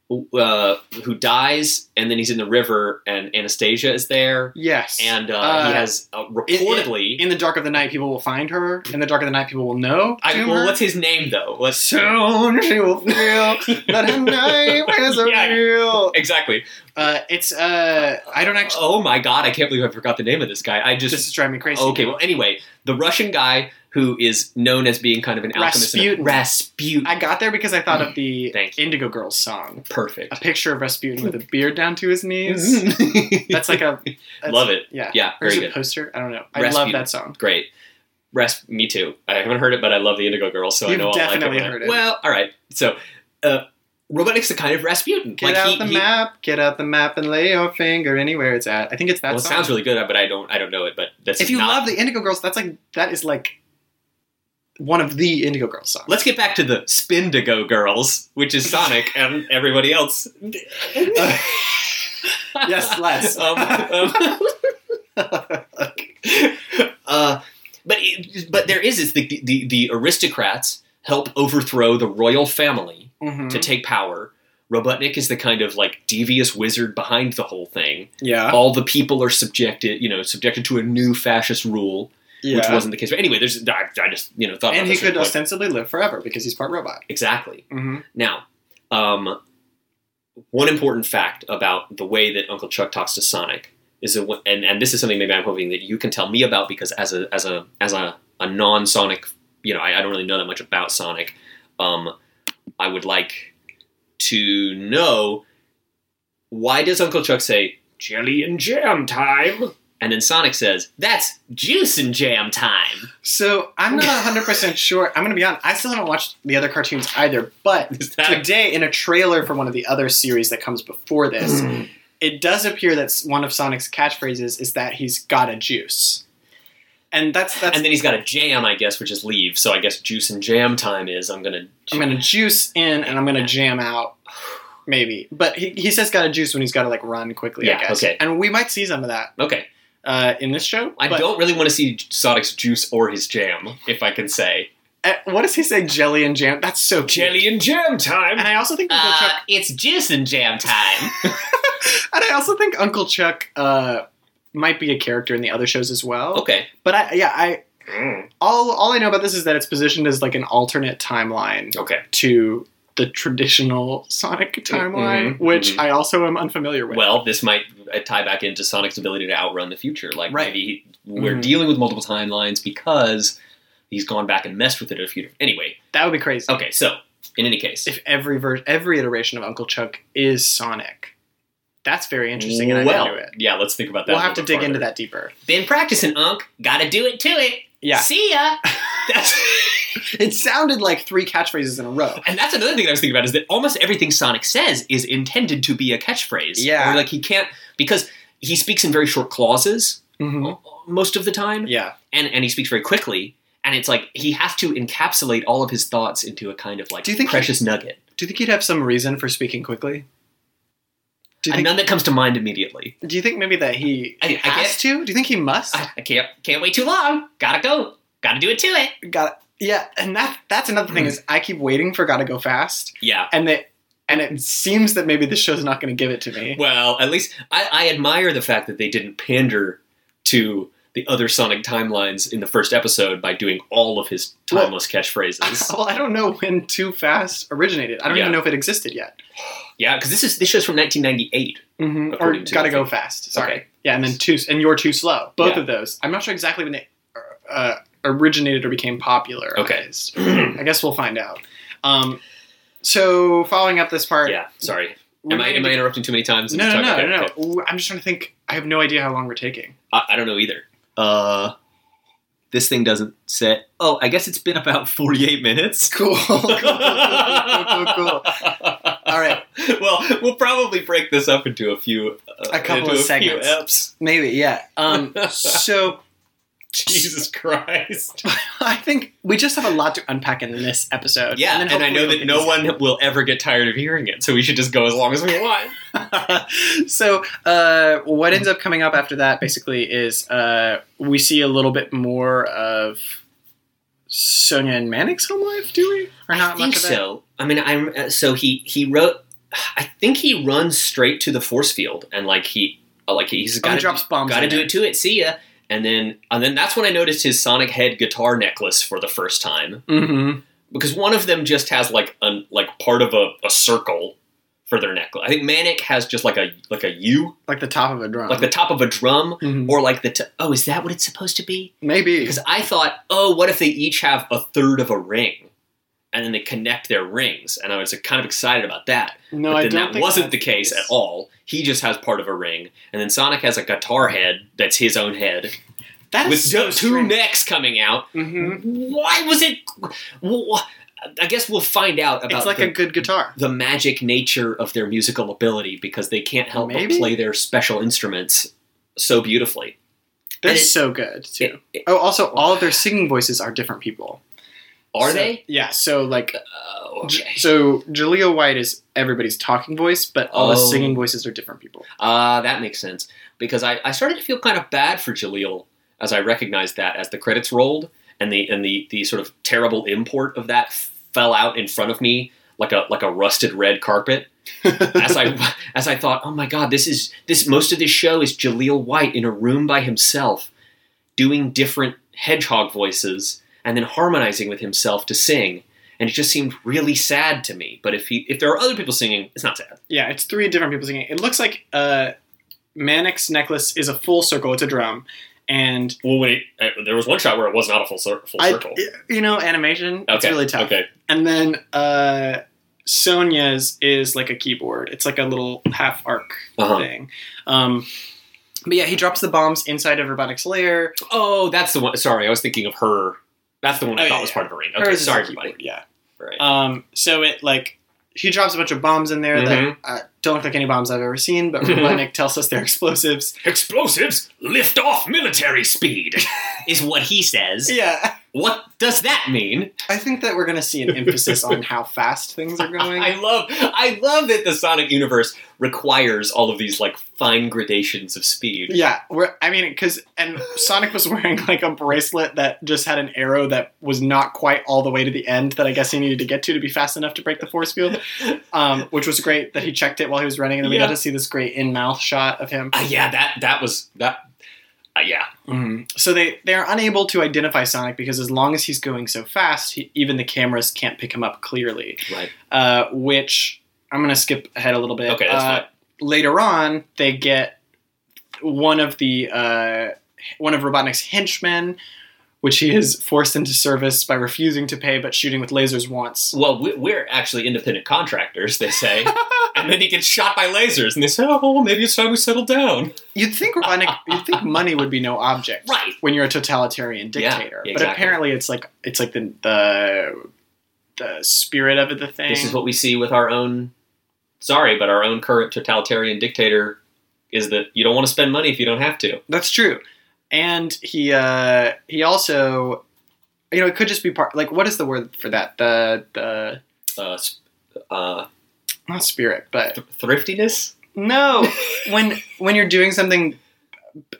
who, uh, who dies and then he's in the river and Anastasia is there yes. and uh, Uh, he has uh, it- reportedly. in the dark of the night, people will find her. In the dark of the night, people will know. I, to well, her. what's his name though? Let's Soon she will feel that her name is a Yeah. real. exactly. Uh, it's uh, I don't actually. Oh my god, I can't believe I forgot the name of this guy. I This is just driving me crazy. okay. Well, anyway, the Russian guy who is known as being kind of an alchemist, and a- Rasputin. Rasputin. I got there because I thought of the Thank you. Indigo Girls song. A Perfect. picture of Rasputin with a beard down to his knees. Love That's like a that's, it. Yeah, Yeah, Or is very it a good. poster. I don't know. I love Rasputin. that song. great. Rest, me too. I haven't heard it, but I love the Indigo Girls, so You've I know I'll definitely like it. when I- heard it. Well, all right. So, uh, Robotnik's the kind of Rasputin. Get like out he, the he- map. Get out the map and lay your finger anywhere it's at. I think it's that Well, it song. sounds really good, but I don't. I don't know it. But that's if you not- love the Indigo Girls, that's like that is like one of the Indigo Girls songs. Let's get back to the Spindigo Girls, which is Sonic and everybody else. Uh, yes, let's. um, um, uh, but it, but there is it's the, the the aristocrats help overthrow the royal family. Mhm. to take power. Robotnik is the kind of like devious wizard behind the whole thing. Yeah. All the people are subjected, you know, subjected to a new fascist rule, which wasn't the case. But anyway, there's I, I just you know thought and about he this real could quick. ostensibly live forever because he's part robot. exactly Mm-hmm. now. Um, one important fact about the way that Uncle Chuck talks to Sonic is that, when- and and this is something maybe I'm hoping that you can tell me about because as a as a as a, a non Sonic, you know, I, I don't really know that much about Sonic. Um, I would like to know why does Uncle Chuck say jelly and jam time, and then Sonic says that's juice and jam time. So I'm not 100 percent sure. I'm going to be honest. I still haven't watched the other cartoons either. But Is that- today, in a trailer for one of the other series that comes before this, Mm-hmm. it does appear that s- one of Sonic's catchphrases is that he's got a juice, and that's that's. and then he's got a jam, I guess, which is leave. So I guess juice and jam time is I'm gonna. I'm going to juice in and I'm going to jam out. Maybe, but he, he says got to juice when he's got to like run quickly. I Yeah, guess. okay. And we might see some of that Okay, uh, in this show. I but- don't really want to see Sonic's juice or his jam, if I can say Uh, what does he say? Jelly and jam. That's so cute. and jam And time. I also think Uncle Uh, Chuck. it's juice and jam time. And I also think Uncle Chuck uh, might be a character in the other shows as well. okay. But I, yeah, I Mm, all all I know about this is that it's positioned as like an alternate timeline Okay. to the traditional Sonic timeline, mhm, which mhm. I also am unfamiliar with. Well, this might uh, tie back into Sonic's ability to outrun the future. Like Right. maybe he, we're Mhm. dealing with multiple timelines because he's gone back and messed with it a few. different- Anyway, that would be crazy okay. So in any case, if every ver- every iteration of Uncle Chuck is Sonic. That's very interesting, and well, I knew it. yeah. Let's think about that. We'll a have to little dig farther. into that deeper. Been practicing, Unc. Gotta do it to it. Yeah, See ya. That's, it sounded like three catchphrases in a row. and that's another thing that I was thinking about is that almost everything Sonic says is intended to be a catchphrase. Yeah. Or like he can't because he speaks in very short clauses Mm-hmm. most of the time, Yeah, and and he speaks very quickly. And it's like he has to encapsulate all of his thoughts into a kind of like Do you think precious nugget, Do you think he'd have some reason for speaking quickly? Do you and think? none that comes to mind immediately. do you think maybe that he I- I has guess- to? Do you think he must? I, I can't can't wait too long. Gotta go. Gotta do it to it. Got yeah, and that that's another Hmm. thing is I keep waiting for Gotta Go Fast, Yeah. and they and it seems that maybe the show's not going to give it to me. Well, at least I, I admire the fact that they didn't pander to the other Sonic timelines in the first episode by doing all of his Well- timeless catchphrases. well, I don't know when Too Fast originated. I don't Yeah. even know if it existed yet. yeah, because this is this show's from 1998. hmm Or Mm-hmm. According to gotta the go fast. Sorry. Okay. Yeah, and then too and you're too slow. Both Yeah. of those. I'm not sure exactly when they uh, originated or became popular. Okay. I guess we'll find out. Um, so following up this part, yeah, sorry. we're Am I, am gonna I do- interrupting too many times? No, no, Sorry, no, okay, no, no. okay. Ooh, I'm just trying to think. I have no idea how long we're taking. I, I don't know either. Uh, this thing doesn't set. Oh, I guess it's been about 48 minutes. Cool. cool, cool, cool, cool, cool. All right. Well, we'll probably break this up into a few, uh, A couple into of a few segments. eps. Maybe, yeah. Um, so Jesus Christ! I think we just have a lot to unpack in this episode. Yeah, and, then I know hopefully that we'll no get one will ever get tired of hearing it, so we should just go as long as we want. so uh, what ends up coming up after that basically is uh, we see a little bit more of Sonia and Manic's home life, do we? Or I think so. I mean, I'm uh, so he he wrote. I think he runs straight to the force field and like he uh, like he's Oh, got he drops bombs. Got to in do there. it to it. See ya. And then and then that's when I noticed his Sonic head guitar necklace for the first time Mhm. because one of them just has like a like part of a, a circle for their necklace. I think Manic has just like a like a U, Like the top of a drum. like the top of a drum. Mhm. Or like the t- oh, is that what it's supposed to be? Maybe. Because I thought, oh, what if they each have a third of a ring, and then they connect their rings? And I was kind of excited about that. No, but I then don't that think wasn't that's the case at all. He just has part of a ring, and then Sonic has a guitar head that's his own head That is with so ju- two necks coming out. hmm Why was it? wh- I guess we'll find out about It's like the, a good guitar. the magic nature of their musical ability because they can't help Maybe? but play their special instruments so beautifully. They're it- so good too. it- oh, also, all of their singing voices are different people. Are So- they? Yeah. So like, Oh, J- okay. so Jaleel White is everybody's talking voice, but all the Oh. singing voices are different people. Uh, that makes sense. Because I, I started to feel kind of bad for Jaleel as I recognized that as the credits rolled and the and the, the sort of terrible import of that fell out in front of me like a like a rusted red carpet. as I as I thought, oh my god, this is this most of this show is Jaleel White in a room by himself doing different hedgehog voices and then harmonizing with himself to sing. And it just seemed really sad to me. But if he if there are other people singing, it's not sad. Yeah, it's three different people singing. It looks like uh, Manic's necklace is a full circle. It's a drum, and Well, wait, there was one shot where it was not a full, full I, you know, animation. It's really tough. And then uh, Sonia's is like a keyboard. It's like a little half arc Uh-huh. thing. Um, but yeah, he drops the bombs inside of Robotics Lair. Oh, that's the one. Sorry, I was thinking of her. That's the one I Oh, thought yeah, was yeah. part of a ring. Hers Okay, is a sorry, keyboard, everybody. Yeah. Right. Um, so it like he drops a bunch of bombs in there Mhm. that uh, don't look like any bombs I've ever seen, but Robotnik tells us they're explosives. Explosives lift off military speed is what he says. Yeah, What does that mean? I think that we're gonna see an emphasis on how fast things are going. I love, I love that the Sonic universe requires all of these like fine gradations of speed. yeah, we're, I mean, because and Sonic was wearing like a bracelet that just had an arrow that was not quite all the way to the end that I guess he needed to get to to be fast enough to break the force field, um, which was great that he checked it while he was running, and then we Yeah. got to see this great in mouth shot of him. Ah, yeah, that that was that. ah, yeah, So they they are unable to identify Sonic because as long as he's going so fast, he, even the cameras can't pick him up clearly. right. Uh, which I'm gonna skip ahead a little bit. Okay, that's Uh, fine. Later on, they get one of the uh, one of Robotnik's henchmen, which he is forced into service by refusing to pay but shooting with lasers once. Well, we- we're actually independent contractors, they say, and then he gets shot by lasers, and they say, "Oh, well, maybe it's time we settle down." You'd think Robotnik, you'd think money would be no object, Right. When you're a totalitarian Yeah, dictator, but exactly. apparently it's like it's like the the the spirit of the thing. This is what we see with our own. Sorry, but our own current totalitarian dictator is that you don't want to spend money if you don't have to. That's true. And he uh he also you know, it could just be part like what is the word for that? The the Uh, s- uh, not spirit, but th- thriftiness. no. when when you're doing something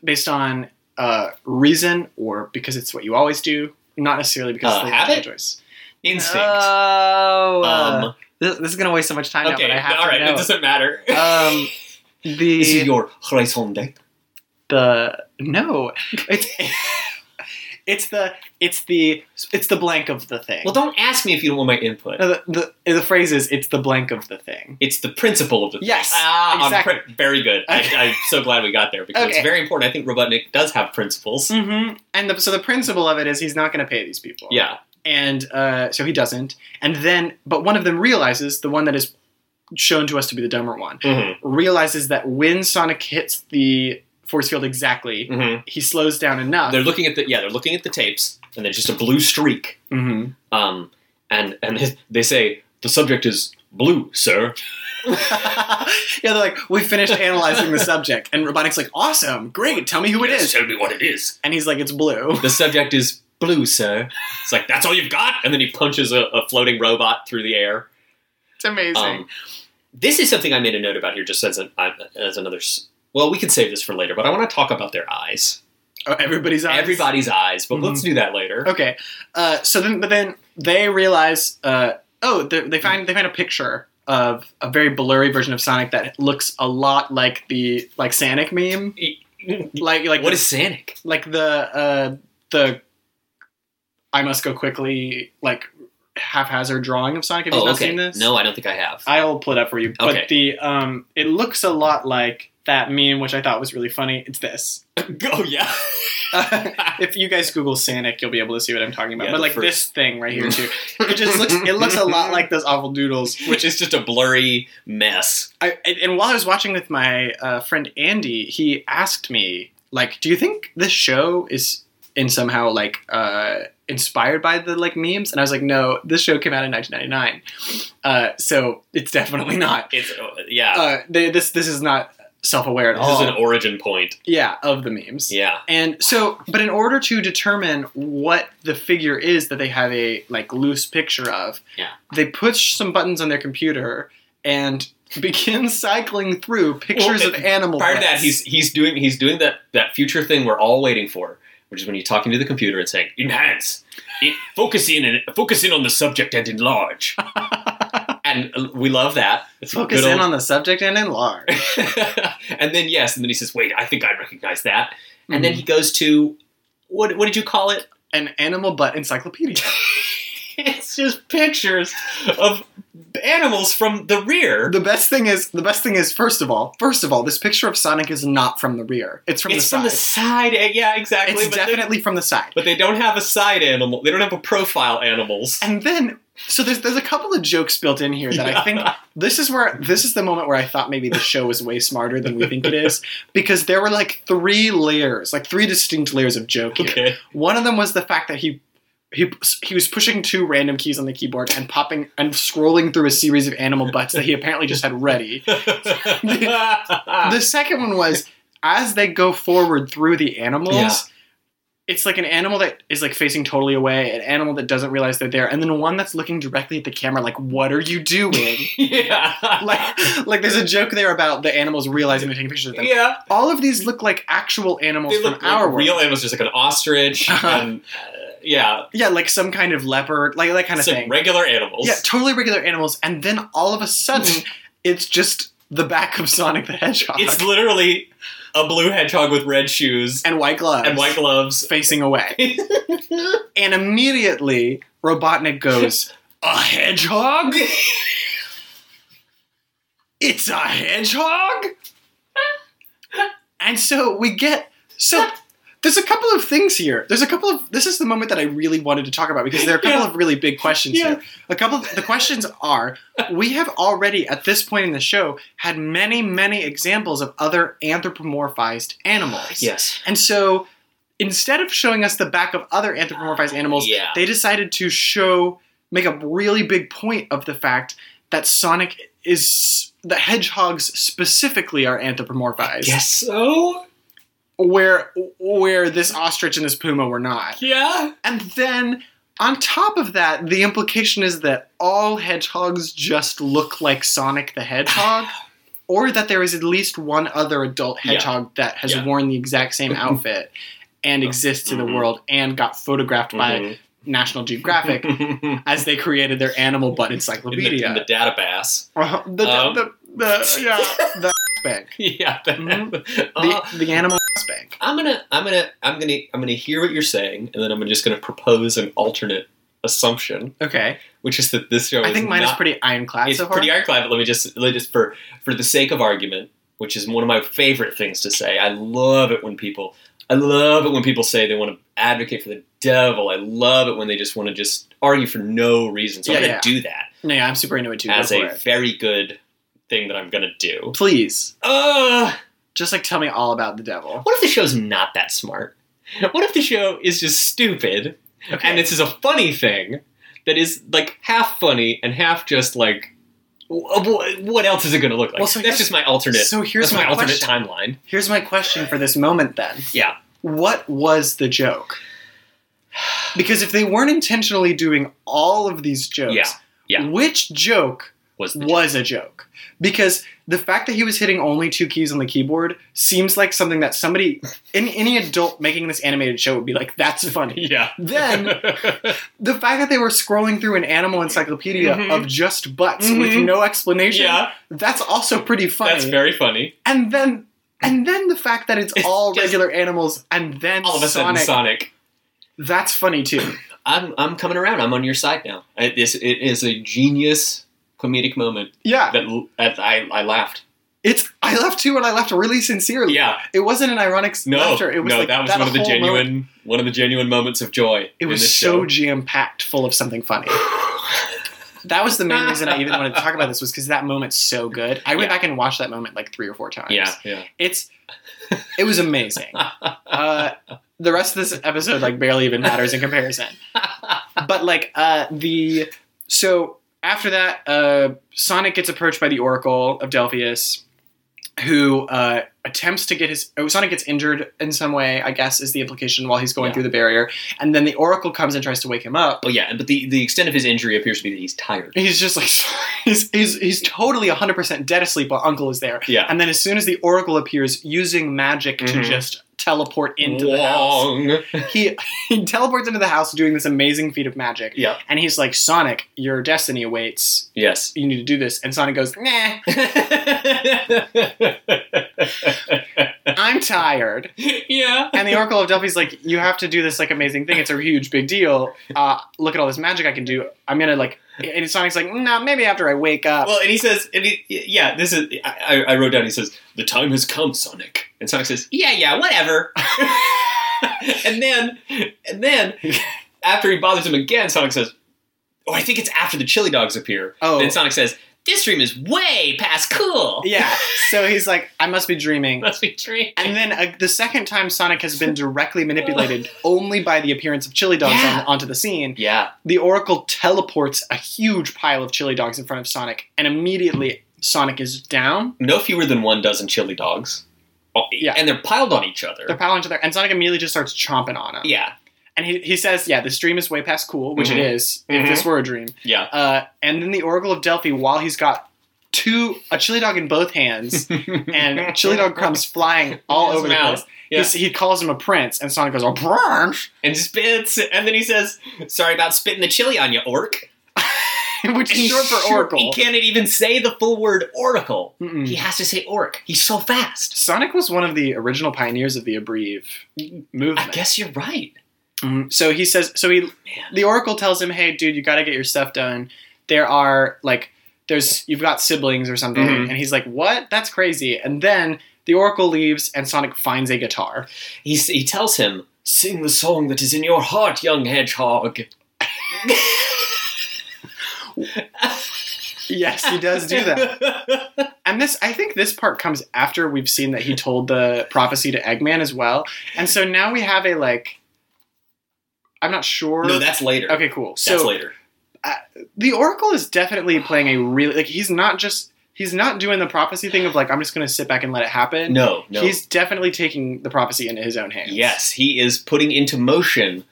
based on uh reason or because it's what you always do, Not necessarily because Uh, they habit? have no choice. Instinct. Oh, uh, um, this, this is gonna waste so much time okay, now, but I have all right, to know. it doesn't matter. um, the this is your raison d'être. the no, it's it's the it's the it's the blank of the thing. Well, don't ask me if you don't want my input. No, the, the the phrase is it's the blank of the thing. It's the principle of the thing. Yes, ah, on exactly. prin- very good. I, Okay. I'm so glad we got there because it's Okay. very important. I think Robotnik does have principles. Mm-hmm. And the, so the principle of it is he's not going to pay these people. Yeah, And uh, so he doesn't. And then, but one of them realizes, the one that is shown to us to be the dumber one, mm-hmm. realizes that when Sonic hits the force field exactly, Mm-hmm. he slows down enough. they're looking at the yeah, they're looking at the tapes, and there's just a blue streak. Mhm. Um, and and they say the subject is blue, sir. yeah, they're like, we finished analyzing the subject. And Robotnik's like, awesome, great, tell me who it Yes, is. Tell me what it is. And he's like, it's blue. The subject is blue, sir. It's like that's all you've got, and then he punches a, a floating robot through the air. It's amazing. Um, this is something I made a note about here, just as an I- as another. s- Well, we can save this for later, but I want to talk about their eyes, oh, everybody's eyes. everybody's eyes. But Mhm. let's do that later. Okay. Uh, so then, but then they realize, uh, oh, they, they find they find a picture of a very blurry version of Sonic that looks a lot like the like Sonic meme, like like what is Sanic? like the uh, the I must go quickly like haphazard drawing of Sonic. Have you Oh, not okay. seen this? No, I don't think I have. I'll pull it up for you. Okay. But the um, it looks a lot like that meme, which I thought was really funny. It's this. oh yeah. if you guys Google Sonic, you'll be able to see what I'm talking about. Yeah, but the like first- this thing right here too. It just looks. It looks a lot like those awful doodles. which is just a blurry mess. I and, and while I was watching with my uh, friend Andy, he asked me like, "Do you think this show is in somehow like uh, inspired by the like memes?" And I was like, "No, this show came out in 1999, uh, so it's definitely not. It's uh, yeah. Uh, they, this this is not self-aware at this all. is an origin point. yeah, of the memes. Yeah. And so, but in order to determine what the figure is that they have a like loose picture of, Yeah. they push some buttons on their computer and begin cycling through pictures Well, of animal. Prior to that, pets. he's he's doing he's doing that that future thing we're all waiting for, which is when you're talking to the computer and saying enhance, it, focus in and focus in on the subject and enlarge. and uh, we love that. It's a focus good in old- on the subject and enlarge. and then yes, and then he says, "Wait, I think I recognize that." And then he goes to what what did you call it? an animal butt encyclopedia. It's just pictures of animals from the rear. the best thing is the best thing is first of all, first of all, this picture of Sonic is not from the rear. It's from it's the from the side. side. eh, Yeah, exactly. it's but they- definitely from the side. but they don't have a side animal. They don't have a profile animals. And then, so there's there's a couple of jokes built in here that I think this is where this is the moment where I thought maybe the show was way smarter than we think it is because there were like three layers, like three distinct layers of joke here. Okay. One of them was the fact that he. He, he was pushing two random keys on the keyboard and popping and scrolling through a series of animal butts that he apparently just had ready. The second one was as they go forward through the animals, Yeah. it's like an animal that is like facing totally away, an animal that doesn't realize they're there, and then one that's looking directly at the camera, like, what are you doing? yeah. like like there's a joke there about the animals realizing they're taking pictures of them. yeah. All of these look like actual animals They from look our like real world. animals, just like an ostrich Uh-huh. and uh, yeah, Yeah, like some kind of leopard, like that kind of some thing. regular animals. Yeah, totally regular animals, and then all of a sudden it's just the back of Sonic the Hedgehog. It's literally a blue hedgehog with red shoes and white gloves. and white gloves. facing away. and immediately, Robotnik goes, A hedgehog? It's a hedgehog? And so we get. So there's a couple of things here. There's a couple of. This is the moment that I really wanted to talk about because there are a couple Yeah. of really big questions Yeah. here. A couple of. The questions are we have already, at this point in the show, had many, many examples of other anthropomorphized animals. Yes. And so instead of showing us the back of other anthropomorphized animals, Yeah. they decided to show, make a really big point of the fact that Sonic is, the hedgehogs specifically are anthropomorphized. Yes. So. Where, where this ostrich and this puma were not. Yeah. And then on top of that, the implication is that all hedgehogs just look like Sonic the Hedgehog. Or that there is at least one other adult Yeah. hedgehog that has Yeah. worn the exact same outfit and exists in the Mhm. world and got photographed by Mhm. National Geographic in, as they created their animal butt the, in encyclopedia. the database. Uh-huh. The, Um. the, the- yeah, the bank. Yeah. that- Mhm. The, Uh, the animal bank. I'm gonna, I'm gonna, I'm gonna, I'm gonna hear what you're saying, and then I'm just gonna propose an alternate assumption, Okay. which is that this show I is think mine not is pretty ironclad it's so far. pretty ironclad. But let me just, let me just for for the sake of argument, which is one of my favorite things to say. I love it when people, I love it when people say they want to advocate for the devil. I love it when they just want to just argue for no reason. So Yeah, I'm gonna yeah. do that no, yeah, I'm super into it too. Go as for a it. very good thing that I'm gonna do. Please, Uh, just like tell me all about the devil. what if the show's not that smart? What if the show is just stupid Okay. and this is a funny thing that is like half funny and half just like wh- wh- what else is it going to look like? Well, so that's here's- just my alternate. so here's that's my, my alternate question. timeline. Here's my question for this moment then. Yeah. What was the joke? Because if they weren't intentionally doing all of these jokes, Yeah, yeah. which joke Was the was a joke? Because the fact that he was hitting only two keys on the keyboard seems like something that somebody, any, any adult making this animated show would be like, that's funny. yeah. Then the fact that they were scrolling through an animal encyclopedia Mhm. of just butts with Mhm. no explanation, yeah, that's also pretty funny that's very funny. and then and then the fact that it's, It's all just- regular animals and then All of a sudden, Sonic, Sonic. that's funny too. I'm I'm coming around. I'm on your side now. It is it is a genius comedic moment Yeah, that, l- that I I laughed. it's I laughed too, and I laughed really sincerely. Yeah, It wasn't an ironic s- no, laughter. It was no, like that was one of the whole genuine moment- one of the genuine moments of joy. it in was this so show. jam packed, full of something funny. That was the main reason I even wanted to talk about this was because that moment's so good. I went Yeah. back and watched that moment like three or four times. yeah, yeah. it's it was amazing. Uh, the rest of this episode like barely even matters in comparison. But like uh, the so after that, uh, Sonic gets approached by the Oracle of Delphius, who uh, attempts to get his. Oh, Sonic gets injured in some way, I guess, is the implication while he's going Yeah. through the barrier, and then the Oracle comes and tries to wake him up. Oh yeah, but the, the extent of his injury appears to be that he's tired. He's just like he's he's he's totally 100% dead asleep while Uncle is there. Yeah. And then as soon as the Oracle appears, using magic to Mhm. just teleport into the house, Wong. he, he teleports into the house doing this amazing feat of magic. Yeah. And he's like, Sonic, your destiny awaits. Yes. You need to do this. And Sonic goes, nah, I'm tired. yeah. And the Oracle of Delphi's like, you have to do this like amazing thing. It's a huge big deal. Uh, look at all this magic I can do. I'm gonna like. And Sonic's like, no, maybe after I wake up. Well, and he says, and he, yeah, this is. I, I I wrote down. He says, "The time has come, Sonic." And Sonic says, "Yeah, yeah, whatever." and then, and then, after he bothers him again, Sonic says, "Oh, I think it's after the chili dogs appear." oh, Then Sonic says, "This dream is way past cool." yeah. So he's like, I must be dreaming. must be dream. And then uh, the second time Sonic has been directly manipulated only by the appearance of chili dogs Yeah. on, onto the scene, Yeah. the Oracle teleports a huge pile of chili dogs in front of Sonic, and immediately Sonic is down. no fewer than one dozen chili dogs. Oh, Yeah. And they're piled on each other. They're piling each other, and Sonic immediately just starts chomping on him. yeah. And he, he says, Yeah, this dream is way past cool, which it is, if Mhm. this were a dream. Yeah. Uh, and then the Oracle of Delphi, while he's got two, a chili dog in both hands, and chili dog crumbs flying all His over mouth. the place. He's- He calls him a prince, and Sonic goes, A prince? And spits. And then he says, Sorry about spitting the chili on you, orc. which is short for He Oracle. can't even say the full word oracle. Mm-mm. He has to say orc. He's so fast. Sonic was one of the original pioneers of the abreve movement. I guess you're right. Mhm. So he says, so he, Man. the Oracle tells him, hey, dude, you got to get your stuff done. There are like, there's you've got siblings or something, Mhm. and he's like, what? That's crazy. And then the Oracle leaves, and Sonic finds a guitar. He, s- he tells him, Sing the song that is in your heart, young hedgehog. Yes, he does do that. And this, I think, this part comes after we've seen that he told the prophecy to Eggman as well, and so now we have a like. I'm not sure. no, that's later. okay, cool. So That's later. the oracle is definitely playing a really like he's not just he's not doing the prophecy thing of like i'm just going to sit back and let it happen No, no. he's definitely taking the prophecy into his own hands Yes, he is putting into motion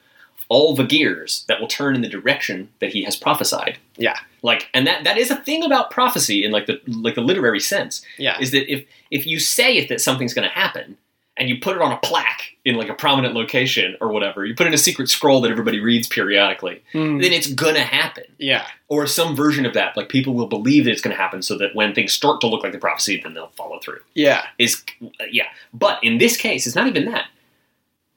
all the gears that will turn in the direction that he has prophesied. Yeah. Like and that that is a thing about prophecy in like the like the literary sense yeah is that if if you say it that something's going to happen and you put it on a plaque in like a prominent location or whatever. You put in a secret scroll that everybody reads periodically. Then it's gonna happen. Hmm. yeah. Or some version of that. Like people will believe that it's gonna happen so that when things start to look like the prophecy, then they'll follow through. Yeah. Is uh, yeah. But in this case, it's not even that.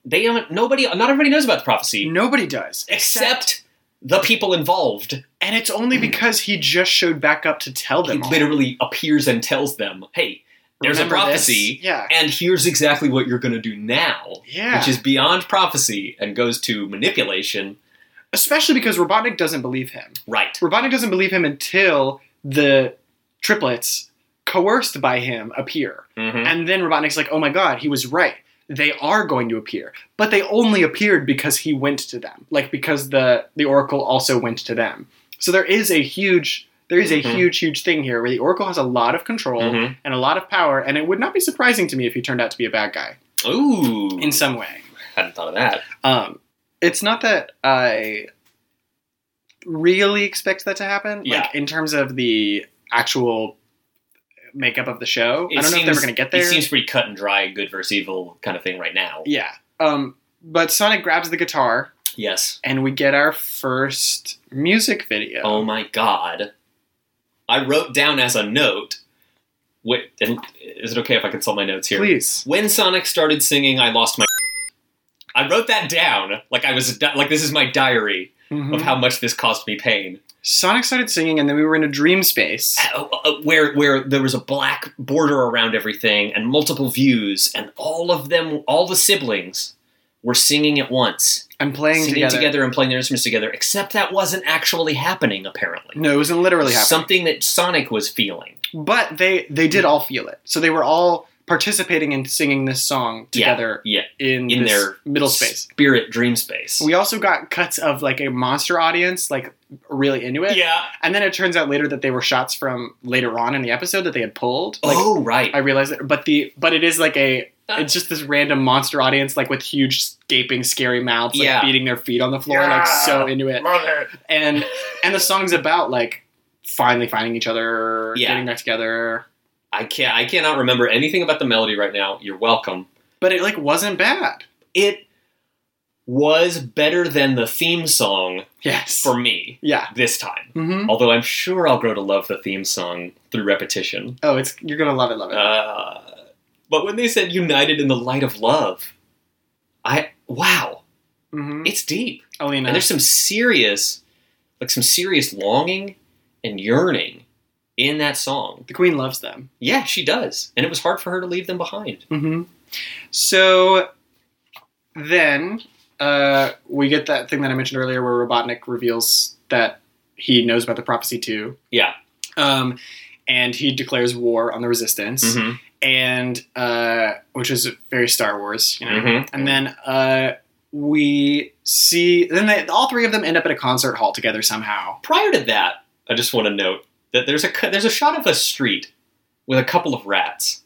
They don't nobody not everybody knows about the prophecy Nobody does. except the people involved. And it's only because he just showed back up to tell Mm-hmm. He them. all. literally appears and tells them, "Hey, there's a Remember this? prophecy." Yeah. and here's exactly what you're going to do now, Yeah. which is beyond prophecy and goes to manipulation. Especially because Robotnik doesn't believe him. Right. Robotnik doesn't believe him until the triplets, coerced by him, appear. Mm-hmm. And then Robotnik's like, oh my god, he was right. They are going to appear. But they only appeared because he went to them. Like because the the Oracle also went to them. So there is a huge there is a Mhm. huge, huge thing here where the Oracle has a lot of control Mm-hmm. and a lot of power, and it would not be surprising to me if he turned out to be a bad guy Ooh, in some way. hadn't thought of that. Um, it's not that I really expect that to happen. Yeah. Like in terms of the actual makeup of the show, I It don't know if they're seems- going to get there. It seems pretty cut and dry, good versus evil kind of thing right now. yeah. Um, but Sonic grabs the guitar, Yes. and we get our first music video. Oh my god. I wrote down as a note. Wait, and is it okay if I consult my notes here? Please. When Sonic started singing, I lost my. I wrote that down like I was like this is my diary Mhm. of how much this caused me pain. Sonic started singing, and then we were in a dream space. uh, uh, where where there was a black border around everything and multiple views and all of them all the siblings were singing at once I'm playing singing together. together. and playing their instruments together except that wasn't actually happening apparently No, it wasn't literally happening. something that sonic was feeling but they they did all feel it. So they were all participating in singing this song Yeah, together yeah in, in this their middle space. spirit dream space We also got cuts of like a monster audience, like really into it. yeah And then it turns out later that they were shots from later on in the episode that they had pulled. Like oh right I realized that, but the but it is like a it's just this random monster audience, like with huge gaping scary mouths, like Yeah. beating their feet on the floor, like so into it. And and the song's about like finally finding each other, Yeah. getting back together. i can't i cannot remember anything about the melody right now you're welcome But it like wasn't bad. it was better than the theme song Yes. for me yeah. this time Mm-hmm. Although I'm sure I'll grow to love the theme song through repetition. Oh, it's you're gonna love it, love it. Uh, but when they said "united in the light of love," I wow, mm-hmm. it's deep, Alina, and there's some serious, like some serious longing and yearning in that song. the queen loves them. Yeah, she does, and it was hard for her to leave them behind. Mm-hmm. So then uh, we get that thing that I mentioned earlier, where Robotnik reveals that he knows about the prophecy too. Yeah. Um, and he declares war on the resistance, Mm-hmm. and uh, which is very Star Wars, you know. Mm-hmm. And then uh, we see then they, all three of them end up at a concert hall together somehow. prior to that, I just want to note that there's a cu- there's a shot of a street with a couple of rats,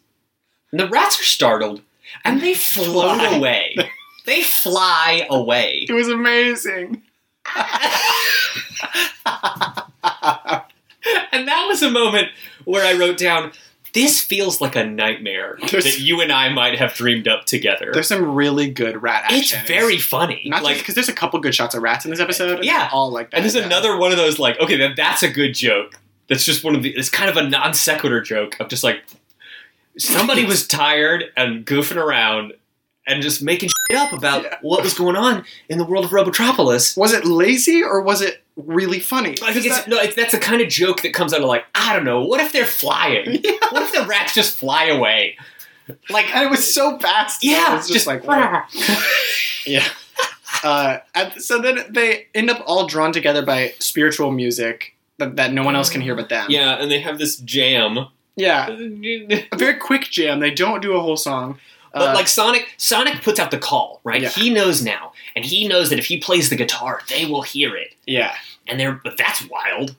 and the rats are startled and they float Fly. away. They fly away. It was amazing. and that was a moment where I wrote down. This feels like a nightmare There's- that you and I might have dreamed up together. There's some really good rat action. It's very funny. Not like like, because there's a couple good shots of rats in this episode. and Yeah. they're all like that. and there's yeah. another one of those like, okay, that, that's a good joke. That's just one of the. It's kind of a non sequitur joke of just like somebody was tired and goofing around and just making shit up about Yeah. what was going on in the world of Robotropolis. Was it lazy or was it really funny? I think Is it's, that- no, it's, that's the kind of joke that comes out of like, I don't know, what if they're flying? What if the rats just fly away? Like, and it was so fast. yeah, it was just, like wow. yeah. Uh, and so then they end up all drawn together by spiritual music that, that no one else can hear but them. yeah, and they have this jam, yeah. but A very quick jam. They don't do a whole song. Uh, like Sonic, Sonic puts out the call, right? Yeah. He knows now, and he knows that if he plays the guitar, they will hear it, yeah, and they're but that's wild.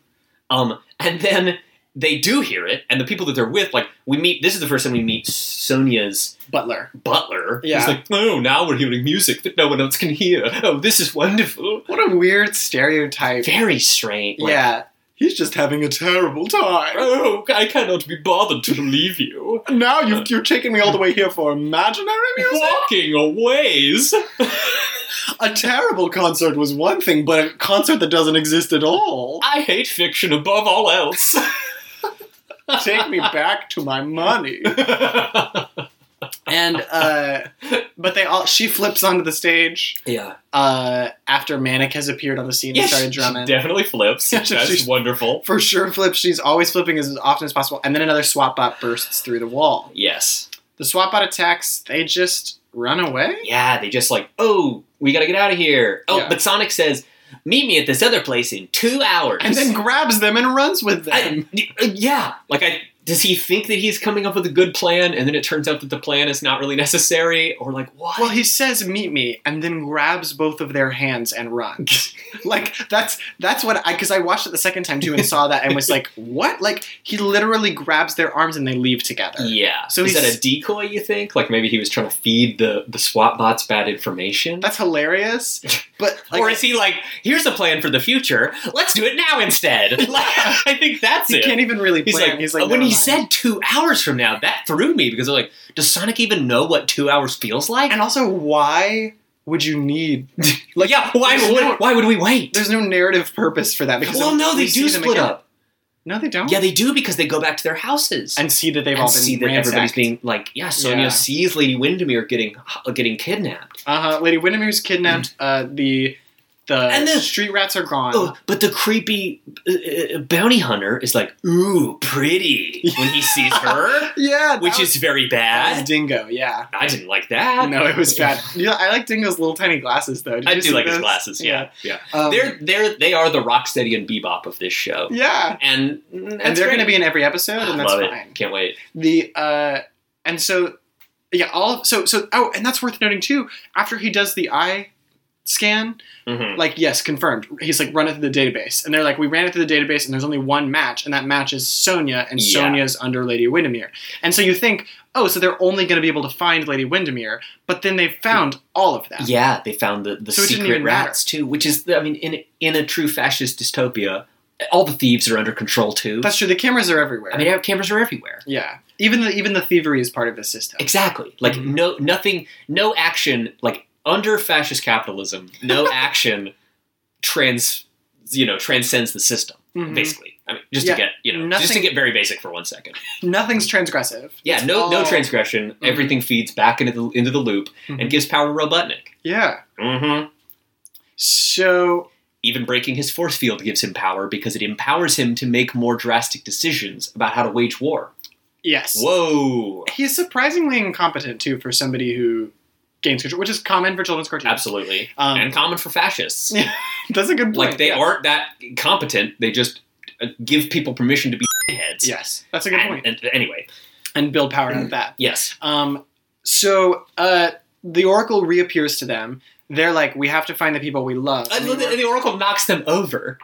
Um, and then they do hear it, and the people that they're with, like we meet. This is the first time we meet Sonia's Butler. butler. Yeah. He's like, oh, now we're hearing music that no one else can hear. Oh, this is wonderful. What a weird stereotype. Very strange. Like, yeah. He's just having a terrible time. Oh, I cannot be bothered to leave you. Now you've, you're taking me all the way here for imaginary music? Walking a ways. A terrible concert was one thing, but a concert that doesn't exist at all. I hate fiction above all else. Take me back to my money. And, uh, but they all, she flips onto the stage, yeah. uh, after Manic has appeared on the scene Yes, and started she drumming. definitely flips. She's- That's she's- wonderful. For sure flips, she's always flipping as often as possible, and then another swap bot bursts through the wall. Yes. The swap bot attacks, they just run away? Yeah, they just like, oh, we gotta get out of here. Oh, Yeah. but Sonic says, meet me at this other place in two hours. And then grabs them and runs with them. I, y- uh, yeah, like I does he think that he's coming up with a good plan, and then it turns out that the plan is not really necessary, or like what? Well, he says "meet me" and then grabs both of their hands and runs. like that's that's what I because I watched it the second time too and saw that and was like, "What?" Like he literally grabs their arms and they leave together. yeah. So So is he's- that a decoy? You think? Like maybe he was trying to feed the the SWAT bots bad information, That's hilarious. But like, or is he like, here's a plan for the future. Let's do it now instead. Like, I think that's he it. can't even really He's play. like, He's like, uh, when "Never he mind." said two hours from now, that threw me because I'm like, does Sonic even know what two hours feels like? and also why would you need? like, yeah, why there's would no- why would we wait? There's no narrative purpose for that because Well, no, we they see do them split again. up. No, they don't. Yeah, they do because they go back to their houses and see that they've and all been see that everybody's being like, yeah, Sonia Yeah. sees Lady Windermere getting uh, getting kidnapped. Uh huh. Lady Windermere's kidnapped. Uh, the the Mm. And then- street rats are gone. Oh, but the creepy uh, uh, bounty hunter is like, ooh, pretty when he sees her, Yeah, that which was- is very that was bad. Dingo. Yeah. I didn't like that. No, it was bad. Yeah, I like Dingo's little tiny glasses though. Did I you see do like his those? glasses. Yeah, yeah. Um, they're they're they are the Rocksteady and Bebop of this show, yeah, and mm, and that's they're great. going to be in every episode, and that's Love it. fine. Can't wait. The uh, and so yeah, all so so oh, and that's worth noting too. After he does the eye scan, Mhm. like yes, confirmed. He's like run it through the database, and they're like, we ran it through the database, and there's only one match, and that match is Sonia, and Yeah. Sonia's under Lady Windermere, and so you think. Oh, so they're only going to be able to find Lady Windermere, but then they found all of them. Yeah, they found the, the So it didn't secret even matter. rats too, which is I mean, in in a true fascist dystopia, all the thieves are under control too. That's true. The cameras are everywhere. I mean, cameras are everywhere. Yeah, even the even the thievery is part of the system. Exactly. Like Mhm. no nothing, no action. Like under fascist capitalism, no action trans you know transcends the system. Mhm. Basically, I mean, just Yeah, to get you know, just to nothing- get very basic for one second. Nothing's transgressive. Yeah, It's no no all- Mm-hmm. transgression. Everything feeds back into the into the loop Mhm. and gives power to Robotnik. Yeah. Mm-hmm. So Even breaking his force field gives him power because it empowers him to make more drastic decisions about how to wage war. yes, Whoa! he's surprisingly incompetent too for somebody who gains control, which is common for children's cartoons. Absolutely. Um, and common for fascists. Yeah, That's a good point. Like, they yeah. aren't that competent. They just uh, give people permission to be heads. Yes, that's a good and, point. and- anyway, And build power out of that. yes. Um, so uh, the Oracle reappears to them. They're like, we have to find the people we love. And And the, the Oracle- the Oracle knocks them over.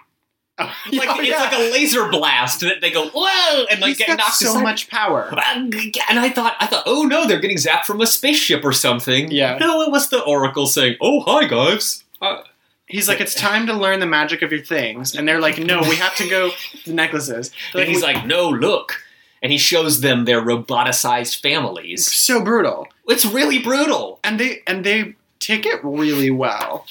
Oh, Like, yeah, it's yeah. like a laser blast that they go, whoa! And like He's get got knocked so aside. much power. And I thought, I thought, oh no, they're getting zapped from a spaceship or something. Yeah. No, it was the Oracle saying, "Oh hi guys." Uh, He's like, it's time to learn the magic of your things, and they're like, no, we have to go to the necklaces. They're and he's "We- like, "No, look," and he shows them their roboticized families. so brutal, It's really brutal. and they and they take it really well.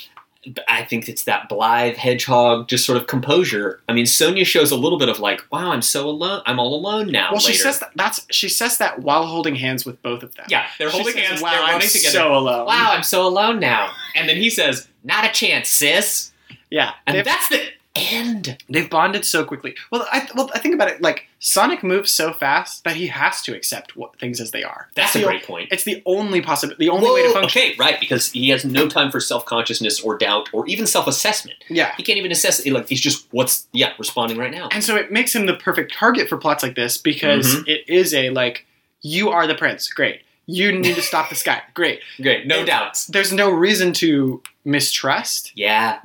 I think it's that blithe hedgehog, just sort of composure. I mean, Sonia shows a little bit of like, "Wow, I'm so alone. I'm all alone now." Well, she later. says that that's she says that while holding hands with both of them. "Yeah, they're She holding says, hands. Wow, they're I'm running together." so alone. wow, I'm so alone now. And then he says, "Not a chance, sis." Yeah, And they've, that's the end. they've bonded so quickly. Well, I well I think about it like Sonic moves so fast that he has to accept what, things as they are. That's a the great point. It's the only possibility, the only way to Whoa, function. Okay, right, because he has no time for self consciousness or doubt or even self assessment. Yeah. He can't even assess it. Like he's just what's yeah responding right now. And so it makes him the perfect target for plots like this because it is a like, you are the prince, great. You need to stop this guy, great. Great, no It- doubts. There's no reason to mistrust. Yeah,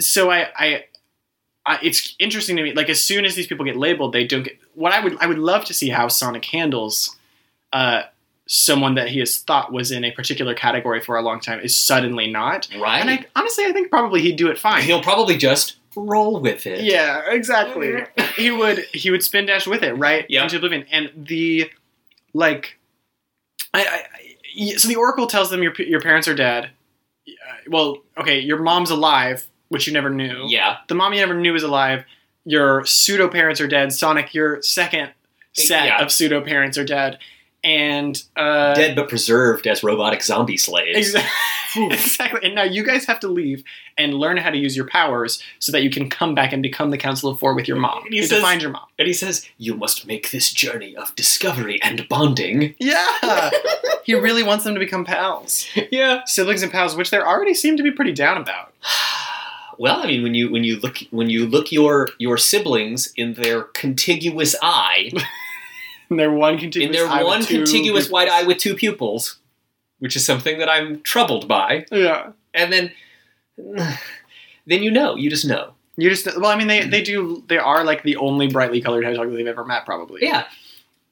So I, I, I, it's interesting to me. Like as soon as these people get labeled, they don't get. What I would, I would love to see how Sonic handles, uh, someone that he has thought was in a particular category for a long time is suddenly not. right. And I honestly, I think probably he'd do it fine. He'll probably just roll with it. yeah, exactly. he would he would spin dash with it right Yeah. into oblivion, and the like, I, I, I so the oracle tells them your p- your parents are dead. Uh, Well, okay, your mom's alive, which you never knew. yeah. The mom you never knew is alive. Your pseudo parents are dead. Sonic, your second set Yeah. of pseudo parents are dead, and uh, Dead but preserved as robotic zombie slaves. Exactly. exactly. And now you guys have to leave and learn how to use your powers so that you can come back and become the Council of Four with your mom. And he You says- to find your mom. And he says, You must make this journey of discovery and bonding. Yeah. he really wants them to become pals. Yeah. Siblings and pals, which they already seem to be pretty down about. Well, I mean, when you when you look when you look your your siblings in their contiguous eye, And they're one in contiguous their eye with one two contiguous pupils. wide eye with two pupils, which is something that I'm troubled by. Yeah. And then, then you know, you just know. You just well, I mean they they do they are like the only brightly colored hedgehog that they've ever met, probably. Yeah,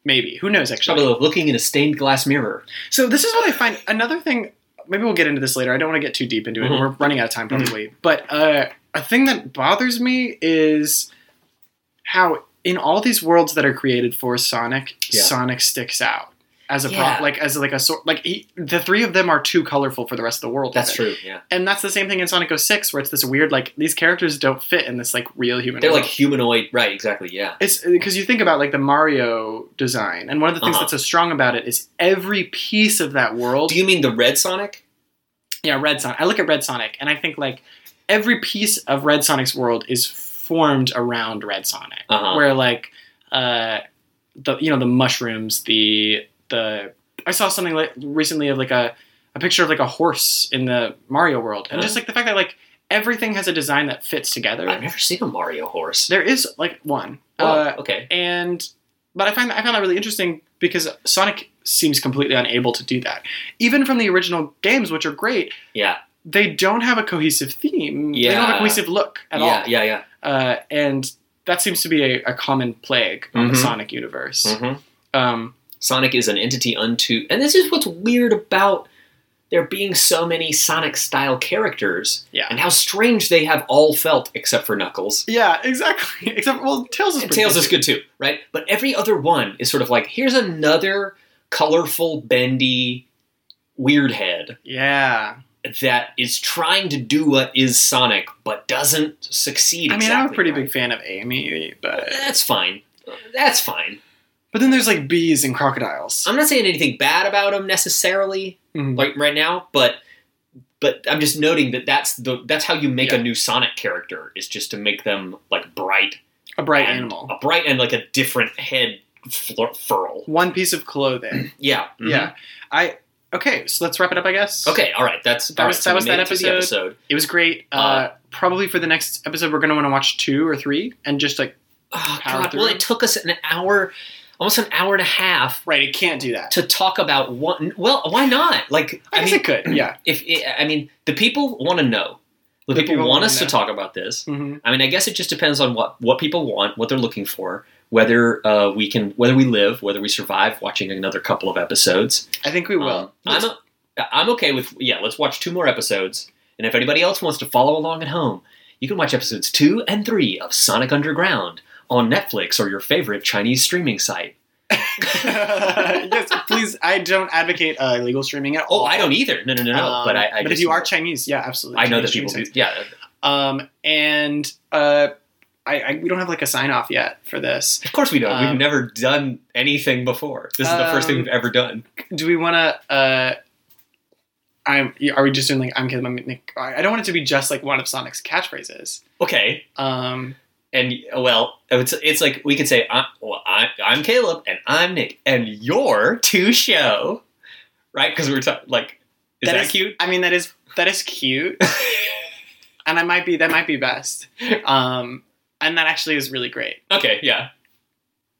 Maybe. Who knows actually? trouble of looking in a stained glass mirror. So this is what I find. Another thing, maybe we'll get into this later. I don't want to get too deep into it. Mhm. We're running out of time probably. But uh, a thing that bothers me is how in all these worlds that are created for Sonic, Yeah. Sonic sticks out as a Yeah. pro- like as like a sort like he, the three of them are too colorful for the rest of the world. That's of it. true. Yeah, and that's the same thing in Sonic 06, where it's this weird like these characters don't fit in this like real human. they're world. like humanoid. Right. Exactly. Yeah. It's because you think about like the Mario design, and one of the things Uh-huh. that's so strong about it is every piece of that world Do you mean the red Sonic? yeah, Red Sonic. I look at Red Sonic and I think like every piece of Red Sonic's world is formed around Red Sonic. Uh huh. Where like uh the you know the mushrooms, the the I saw something like recently of like a a picture of like a horse in the Mario world. Uh-huh. And just like the fact that like everything has a design that fits I've together. never seen a Mario horse. There is like one. Oh, Uh, okay. and but I find I found that really interesting because Sonic seems completely unable to do that. Even from the original games, which are great, Yeah. they don't have a cohesive theme. They don't have Yeah. a cohesive look at yeah, all. yeah. Yeah. Uh, and that seems to be a, a common plague on the Mhm. Sonic universe. hmm Um, Sonic is an entity unto, and this is what's weird about there being so many Sonic style characters, Yeah. and how strange they have all felt except for Knuckles. yeah, exactly. Except, well, Tails is And pretty Tails is good too, right? But every other one is sort of like here's another colorful, bendy, weird head Yeah. that is trying to do what is Sonic but doesn't succeed. I mean, I'm a exactly pretty right. big fan of Amy, but That's fine. That's fine. but then there's like bees and crocodiles. I'm not saying anything bad about him necessarily, Mhm. like right now, but but I'm just noting that that's the that's how you make Yeah. a new Sonic character is just to make them like bright, a bright and- animal. a bright and like a different head fl- furl. One piece of clothing. Yeah, mhm. Yeah. I okay. So let's wrap it up. I guess. Okay, all right. That's That all was- right, that we was made that it to the episode. It was great. Uh, Uh, probably for the next episode, we're gonna want to watch two or three and just like Oh, Power God. Well, through. it took us an hour, almost an hour and a half right. It can't do that. to talk about one. Well, why not? Like, I, I, guess mean, it could. Yeah. if I mean, the people want to know. The, The people, people want wanna us to know. talk about this. Mm-hmm. I mean, I guess it just depends on what what people want, what they're looking for, whether uh, we can, whether we live, whether we survive watching another couple of episodes. I think we will. Um, I'm o- I'm okay with yeah. Let's watch two more episodes, and if anybody else wants to follow along at home, you can watch episodes two and three of Sonic Underground on Netflix or your favorite Chinese streaming site. yes, please. I don't advocate uh, illegal streaming at all. Oh, I don't either. No, no, no, no. Um, but I, I but just, if you are Chinese, yeah, absolutely. I know that Chinese people do. streaming sites. Yeah, Um, and uh, I, I we don't have like a sign off yet for this. of course we don't. Um, We've never done anything before. This is the first thing Um, we've ever done. Do we want to? Uh, I'm. Are we just doing like I'm kidding? I'm Nick. I I don't want it to be just like one of Sonic's catchphrases. Okay. Um, and well, it's it's like we could say, I, well, I, I'm Caleb and I'm Nick and you're to show, right? Because we were talking like, is That that, is- cute? I mean that is that is cute, and I might be that might be best. Um, and that actually is really great. Okay, yeah,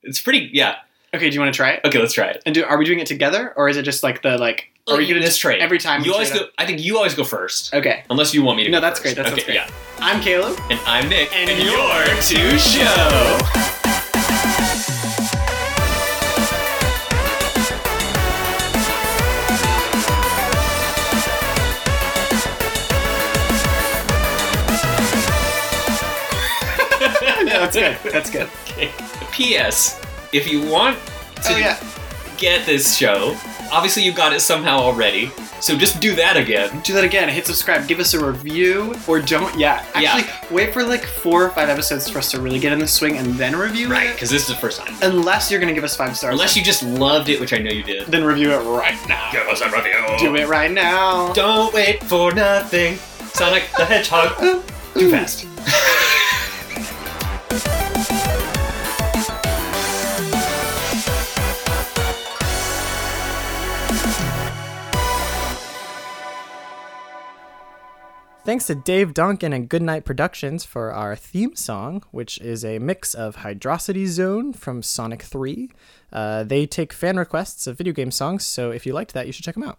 it's pretty. Yeah, Okay, do you want to try it? okay, let's try it. And do are we doing it together, or is it just like the like? Are we gonna let's just try it. every time? You we always trade go. I think you always go first, up? Okay, unless you want me to. No, go that's first. great, that sounds okay, great. yeah. I'm Caleb. And I'm Nick And you're you're to show. that's good. That's good. Okay. P.S. If you want to Oh, yeah. get this show, obviously you got it somehow already, so just do that again. Do that again. Hit subscribe. Give us a review, or don't. Yeah. Yeah. Actually, wait for like four or five episodes for us to really get in the swing, and then review Right, it. because this is the first time. Unless you're gonna give us five stars. Unless you just loved it, which I know you did. then review it right now. Give us a review. Do it right now. Don't wait for nothing. Sonic the Hedgehog. Too fast. Thanks to Dave Donkin and Goodnight Productions for our theme song, which is a mix of Hydrosity Zone from Sonic 3. Uh, they take fan requests of video game songs, so if you liked that, you should check them out.